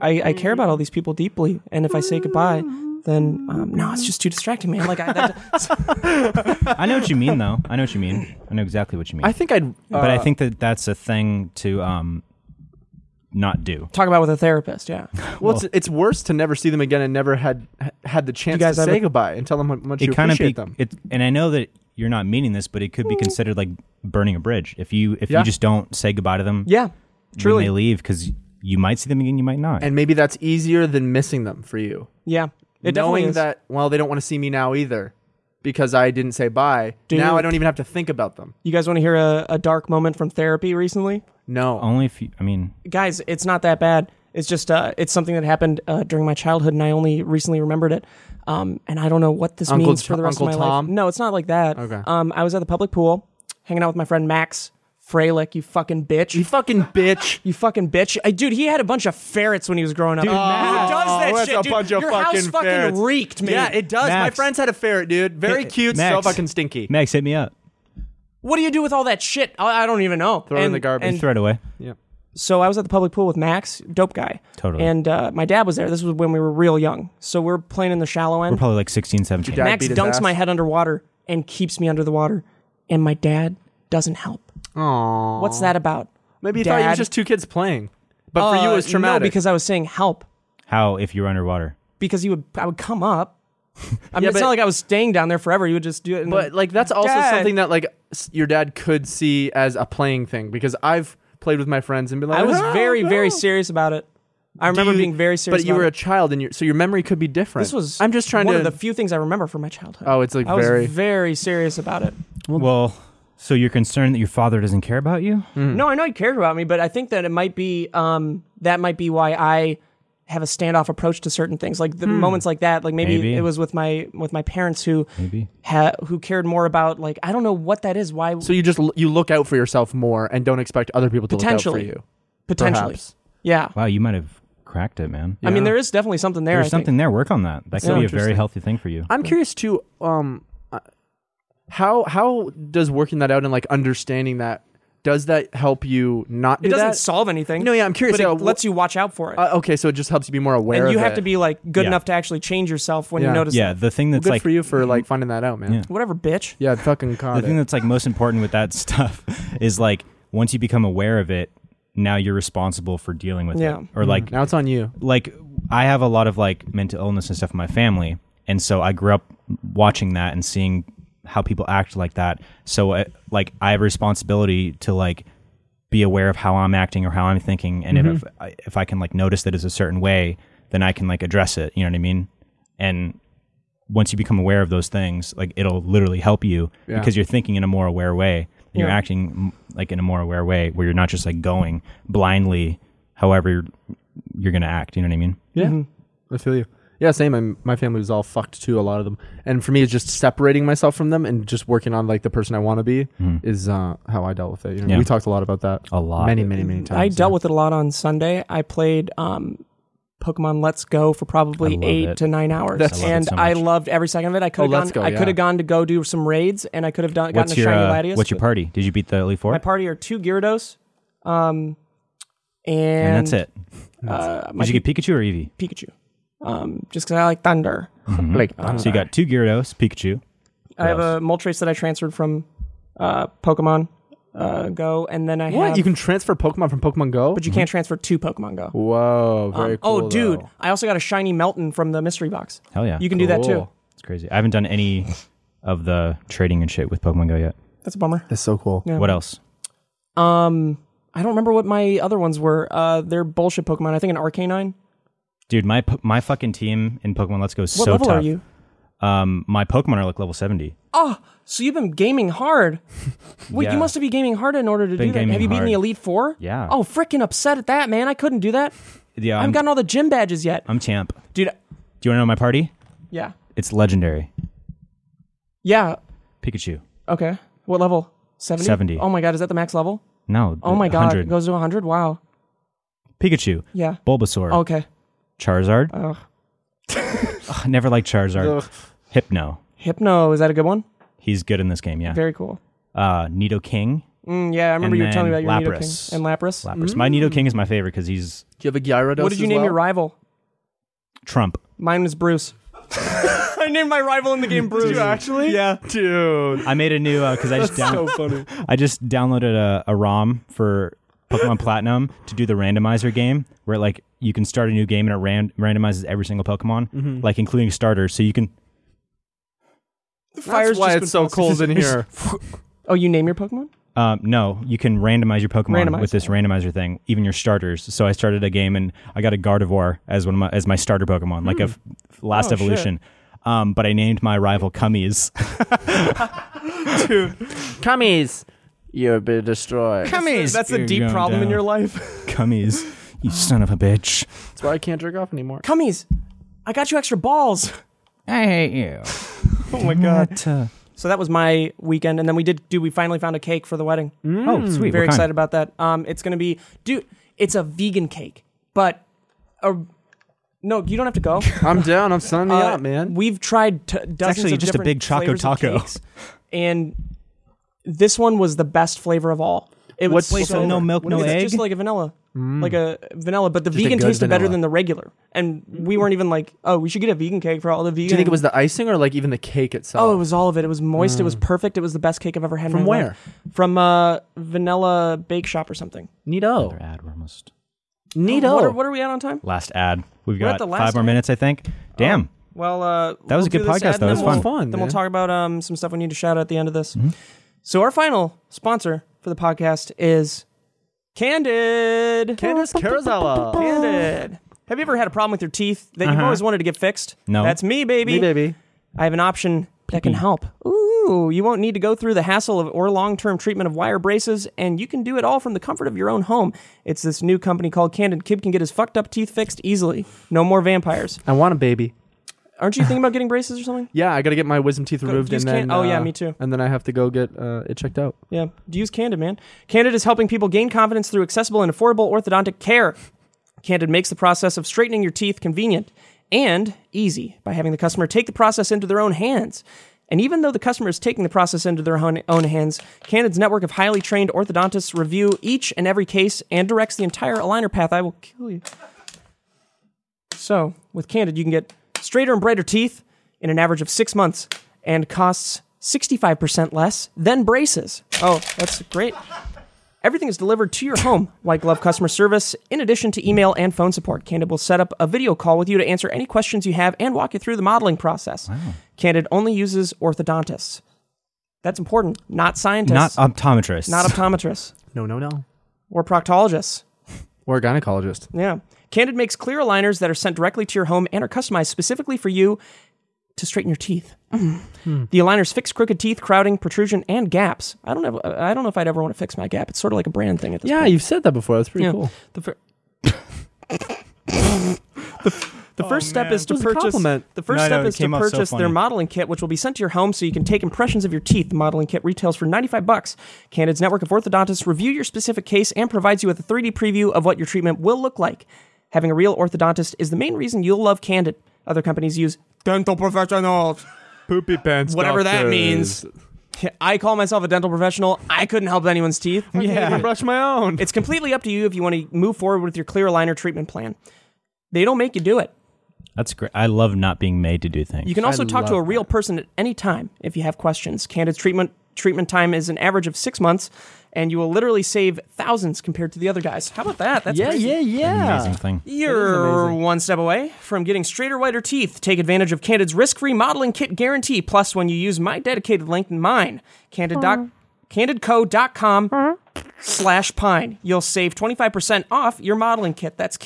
I I care about all these people deeply. And if I say goodbye. Then um, no, it's just too distracting, man. Like I, that, I know what you mean, though. I know what you mean. I know exactly what you mean. I think I'd. but I uh, think that that's a thing to um, not do. talk about with a therapist. Yeah, Well, it's, it's worse to never see them again and never had ha- had the chance to guys have say a- goodbye and tell them how much you it kind of appreciate be them. it, and I know that you're not meaning this, but it could be considered like burning a bridge if you if Yeah. you just don't say goodbye to them. yeah, when truly, they leave because you might see them again, you might not. and maybe that's easier than missing them for you. yeah. It definitely Knowing is. that, well, they don't want to see me now either because I didn't say bye. Now I Dude. don't even have to think about them. You guys want to hear a, a dark moment from therapy recently? No. Only if you, I mean, Guys, it's not that bad. It's just uh, it's something that happened uh, during my childhood, and I only recently remembered it. Um, and I don't know what this Uncle means T- for the rest Uncle of my life. Tom? No, it's not like that. Okay. Um, I was at the public pool, hanging out with my friend Max Freilich. You fucking bitch. You fucking bitch. You fucking bitch, I, dude. He had a bunch of ferrets when he was growing up. Dude, Who does that Oh, that's shit? a dude? bunch of Your fucking house fucking ferrets. reeked, man. Yeah, it does. My Max. friends had a ferret, dude. Very cute, so Max. fucking stinky. Max, hit me up. what do you do with all that shit? I, I don't even know. it in And- the garbage. and Throw it away. so I was at the public pool with Max, dope guy. Totally. And uh, my dad was there. This was when we were real young. So we are playing in the shallow We're end. probably like 16, 17. Your dad- Max beat his dunks ass. my head underwater and keeps me under the water. And my dad doesn't help. Aww. What's that about? Maybe you thought it Dad? was just two kids playing. But for you, Uh, it was traumatic. No, because I was saying help. How if you're underwater? Because he would, I would come up. I mean, Yeah, it's but- not like I was staying down there forever. You would just do it. And but like that's also Dad. something that like s- your dad could see as a playing thing because I've played with my friends and been like, I was "Ah, very, no." very serious about it. I Do remember you- being very serious. But you about were a it. child, and your so your memory could be different. This was. I'm just trying one to. of the few things I remember from my childhood. oh, it's like I very. was very serious about it. Well, so you're concerned that your father doesn't care about you? Hmm. Mm. No, I know he cared about me, but I think that it might be um, that might be why I have a standoff approach to certain things, like the Hmm. moments like that. Like maybe, Maybe. it was with my with my parents who Maybe. ha- who cared more about like I don't know what that is. Why so you just l- you look out for yourself more and don't expect other people to look out for Potentially. you. potentially? perhaps. Yeah. Wow, you might have cracked it, man. I mean Yeah. there is definitely something there. I There's think. something there. Work on that. That could So be a very interesting. healthy thing for you. I'm curious too. Um, uh, how how does working that out and like understanding that does that help you not? It do doesn't that? solve anything. No, yeah, I'm curious. But it Yeah, wh- lets you watch out for it, Uh, okay, so it just helps you be more aware. and you of have it. to be like good Yeah. enough to actually change yourself when Yeah. you notice. yeah, it. the thing that's good like for you for like finding that out, man. Yeah. Whatever, bitch. Yeah, I fucking the caught thing it. that's like most important with that stuff is like once you become aware of it, now you're responsible for dealing with Yeah. it. Or like Now it's on you. like I have a lot of like mental illness and stuff in my family, and so I grew up watching that and seeing how people act like that. So uh, like I have a responsibility to like be aware of how I'm acting or how I'm thinking, and Mm-hmm. if if I, if I can like notice that it's a certain way, then I can like address it. You know what I mean? And once you become aware of those things, like it'll literally help you Yeah. because you're thinking in a more aware way and you're Yeah. acting mm, like in a more aware way where you're not just like going blindly however you're, you're gonna act. You know what I mean? Yeah, Mm-hmm. I feel you. Yeah, same. I'm, my family was all fucked too. A lot of them, and for me, it's just separating myself from them and just working on like the person I want to be Mm-hmm. is uh, how I dealt with it. You know, Yeah. We talked a lot about that. A lot. many, many, many times. I dealt yeah. with it a lot on Sunday. I played um, Pokemon Let's Go for I probably love eight it. to nine hours, That's- I love it and so I much. Oh, loved every second of it. I could have Let's gone. Go, I yeah. could have gone to go do some raids, and I could have done What's gotten a your shiny uh, Latias. What's your party? Did you beat the elite four? My party are two Gyarados, um, and, and that's it. Uh, my Did you get Pikachu or Eevee? Pikachu, um, just because I like Thunder. like So you got two Gyarados, Pikachu. I have a Moltres that I transferred from uh, Pokemon uh, Go, and then I what? have. You can transfer Pokemon from Pokemon Go. but you can't transfer to Pokemon Go. Whoa, very cool. oh, dude! though. I also got a shiny Melton from the mystery box. Hell yeah. You can do that too. Cool. It's crazy. I haven't done any of the trading and shit with Pokemon Go yet. That's a bummer. That's so cool. Yeah. What else? Um, I don't remember what my other ones were. Uh, they're bullshit Pokemon. I think an Arcanine. Dude, my p- my fucking team in Pokemon Let's Go is What so level tough. are you? Ah, Um, my Pokemon are like level 70. So you've been gaming hard. Wait, Yeah. you must have been gaming hard in order to Been do that. gaming Have you beaten the hard. Elite Four? Yeah. Oh, freaking upset at that, man. I couldn't do that. Yeah, I I'm, haven't gotten all the gym badges yet. I'm champ. Dude, I- Do you want to know my party? yeah. It's legendary. Yeah. Pikachu. Okay. What level? 70? 70. Oh my god, is that the max level? No. Oh my god. 100. It goes to 100? Wow. Pikachu. Yeah. Bulbasaur. Okay. Charizard. Oh. Ugh. Ugh, never liked Charizard. Hypno. Hypno, is that a good one? He's good in this game, yeah. Very cool. Uh, Nidoking. Mm, yeah, I remember And you were telling me then about your Nidoking Lapras. and Lapras. Lapras. My Mm. Nidoking is my favorite because he's Do you have a Gyarados? What did you as name well? your rival? Trump. Mine was Bruce. I named my rival in the game Bruce. Actually, yeah, dude. I made a new because I just down- funny. I just downloaded a, a ROM for Pokemon Platinum to do the randomizer game where like you can start a new game and it ran- randomizes every single Pokemon, Mm-hmm. like including starters. So you can Fire's That's why just it's so cold in here. Oh, you name your Pokemon? um, no, you can randomize your Pokemon Randomize, with this randomizer thing, even your starters. So I started a game and I got a Gardevoir as one of my as my starter Pokemon, like a f- last Oh, evolution. Um, but I named my rival Cummies. Cummies, you'll be destroyed. Cummies. That's a deep You're going problem in down. your life. Cummies, you son of a bitch. That's why I can't jerk off anymore. Cummies, I got you extra balls. I hate you. Oh my But, uh, So that was my weekend, and then we did do. We finally found a cake for the wedding. oh, sweet. Hmm, Very what kind? excited about that. Um, it's gonna be, dude. It's a vegan cake, but, uh, no, you don't have to go. I'm down. I'm signing Uh, up, man. We've tried t- dozens. actually of just a different big Choco flavors of Taco. cakes, and this one was the best flavor of all. It was What's- so no milk, no it's egg? Just like a vanilla, like a vanilla, but the Mm. a vegan good tasted better vanilla. than the regular. And we weren't even like, oh, we should get a vegan cake for all the vegan. Do you think it was the icing or like even the cake itself? Oh, it was all of it. It was moist. It was perfect. It was the best cake I've ever had. in Mm. From my where? life. From uh, vanilla bake shop or something. Oh, Neato. Ad, we're almost Neato. What are, what are we at on time? last ad. We've We're at got the last five more ad. minutes, I think. Damn. Well, uh, That we'll was a do good this podcast, ad, though. and It was then we'll- fun. Mm-hmm. Fun, Then we'll dude. talk about um, some stuff we need to shout out at the end of this. So our final sponsor for the podcast is Candid. Candace Carazella. Candid. Have you ever had a problem with your teeth that you've always wanted to get fixed? Uh-huh. No. That's me, baby. Hey, baby. I have an option that can help. Ooh, you won't need to go through the hassle of or long-term treatment of wire braces, and you can do it all from the comfort of your own home. It's this new company called Candid. Kid can get his fucked up teeth fixed easily. No more vampires. I want a baby. Aren't you thinking about getting braces or something? Yeah, I gotta get my wisdom teeth removed use and then. can- oh, yeah, uh, me too. And then I have to go get uh, it checked out. Yeah, use Candid, man. Candid is helping people gain confidence through accessible and affordable orthodontic care. Candid makes the process of straightening your teeth convenient and easy by having the customer take the process into their own hands. And even though the customer is taking the process into their own own hands, Candid's network of highly trained orthodontists review each and every case and directs the entire aligner path. I will kill you. So, with Candid, you can get straighter and brighter teeth in an average of six months and costs 65% less than braces. Oh, that's great. Everything is delivered to your home, white glove customer service, in addition to email and phone support. Candid will set up a video call with you to answer any questions you have and walk you through the modeling process. Candid only uses orthodontists. That's important, not Not scientists, optometrists. not optometrists, No, no, no. or proctologists. Or a gynecologist. Yeah. Candid makes clear aligners that are sent directly to your home and are customized specifically for you to straighten your teeth. The aligners fix crooked teeth, crowding, protrusion, and gaps. I don't know. I don't know if I'd ever want to fix my gap. It's sort of like a brand thing at this Yeah, point. you've said that before. That's pretty Yeah. cool. The, fir- Oh, the, the first step is to That was a purchase. compliment. The first No, I step know, it is to came off so purchase their funny. modeling kit, which will be sent to your home so you can take impressions of your teeth. The modeling kit retails for 95 bucks. Candid's network of orthodontists review your specific case and provides you with a 3D preview of what your treatment will look like. Having a real orthodontist is the main reason you'll love Candid. Other companies use dental professionals. Poopy pants. Whatever that means. I call myself a dental professional. I couldn't help anyone's teeth. Yeah. I brush my own. It's completely up to you if you want to move forward with your clear aligner treatment plan. They don't make you do it. That's great. I love not being made to do things. You can also talk to love a real person at any time if you have questions. Candid's treatment treatment time is an average of six months, and you will literally save thousands compared to the other guys. How about that? That's yeah, crazy. yeah, yeah. Amazing thing. You're one step away from getting straighter, whiter teeth. Take advantage of Candid's risk-free modeling kit guarantee. Plus, when you use my dedicated link, mine, Candid doc, CandidCo.com slash pine. You'll save 25% off your modeling kit. That's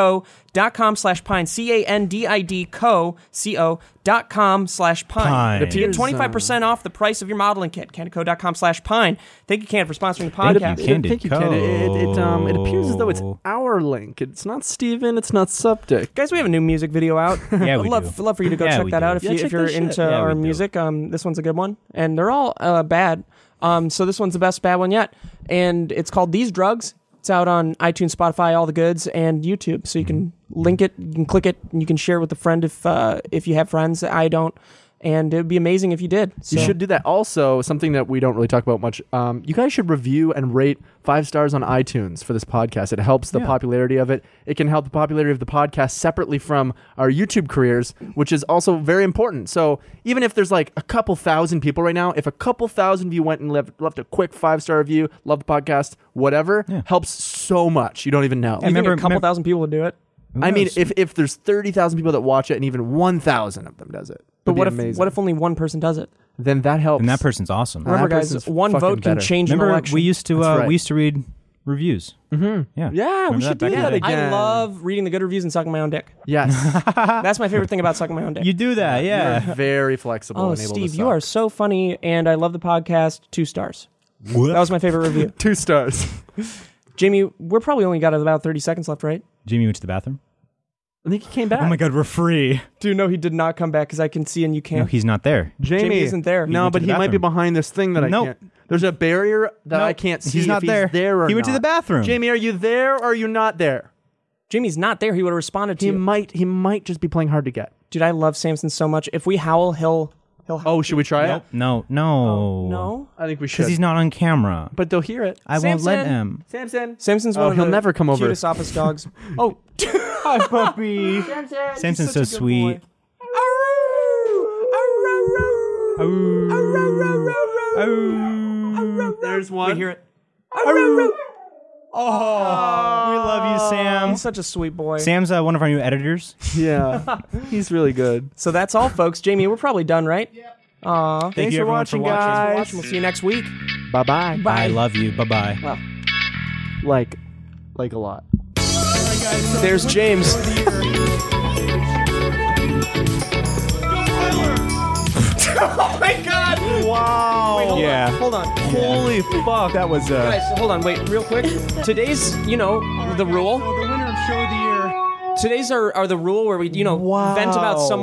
candidco.com slash pine, C A N D I D co, C O dot com slash Pine. pine. The To get peers, uh, 25% off the price of your modeling kit, candidco.com slash pine. Thank you, Cand, for sponsoring the podcast. Cand. Candid Thank you, Ken. It, it, um, it appears as though it's Co. our link. It's not Steven. It's not Subdick. Guys, we have a new music video out. Yeah, I'd we love, do. love for you to go Yeah, we check that do. out if, Yeah, you, check if you're that shit. into Yeah, we our do. music. Um, this one's a good one, and they're all uh, bad. Um, so this one's the best bad one yet, and it's called These Drugs. It's out on iTunes, Spotify, all the goods, and YouTube. So you can Mm-hmm. link it, you can click it, and you can share it with a friend if uh, if you have friends. I don't, and it would be amazing if you did. So You should do that. Also, something that we don't really talk about much. Um, you guys should review and rate five stars on iTunes for this podcast. It helps the popularity of it. It can help the popularity of the podcast separately from our YouTube careers, which is also very important. So even if there's like a couple thousand people right now, if a couple thousand of you went and left, left a quick five star review, love the podcast, whatever, helps so much. You don't even know. you think remember- a couple remember- thousand people would do it. I mean, knows? if, if there's thirty thousand people that watch it, and even one thousand of them does it, But what if amazing. what if only one person does it? then that helps? and that person's awesome. That Remember, guys, person's one fucking vote can better. change an Remember, election. we used to That's uh, right. we used to read reviews. Mm-hmm. Yeah, Yeah, we Remember should back do in that the day? again. I love reading the good reviews and sucking my own dick. yes. That's my favorite thing about sucking my own dick. You do that, yeah. You're very flexible. Oh, and able to Steve, you suck. are so funny, and I love the podcast. Two stars. That was my favorite review. two stars. Jamie, we're probably only got about 30 seconds left, right? Jimmy went to the bathroom. I think he came back. Oh my god, we're free. Dude, no, he did not come back because I can see and you No, can't. he's not there. Jamie, Jamie isn't there. No, went but to he the might be bathroom. behind this thing that Nope. I can't. There's a barrier that I Nope. can't see. He's if not there. He's there or He went to not. the bathroom. Jamie, are you there or are you not there? Jamie's not there. He would have responded to He you. might. He might just be playing hard to get. Dude, I love Samson so much. If we howl, he'll he'll howl. Oh, should we try Nope. it? No, Oh. no, Oh, no. I think we should. because he's not on camera. but they'll hear it. I won't let Samson. him. Samson. Samson's Oh, one of he'll the never come over. cutest office dogs. oh, Hi, puppy. Samson's so sweet. Oh, There's one. hear it. we love you, Sam. He's such a sweet boy. Sam's uh, one of our new editors. Yeah, he's really good. so that's all, folks. Jamie, we're probably done, right? Thank you for everyone watching, for watching. guys. Watch, We'll see you next week. Bye bye. I love you. Bye bye. Well, Like, like a lot. there's James. oh my god! Wow. Wait, hold Yeah. on. Hold on. Holy fuck, that was uh, Guys, hold on. Wait, real quick. Today's, you know, the rule. the winner of show of the year. Today's are, are the rule where we, you know, vent about Wow. someone.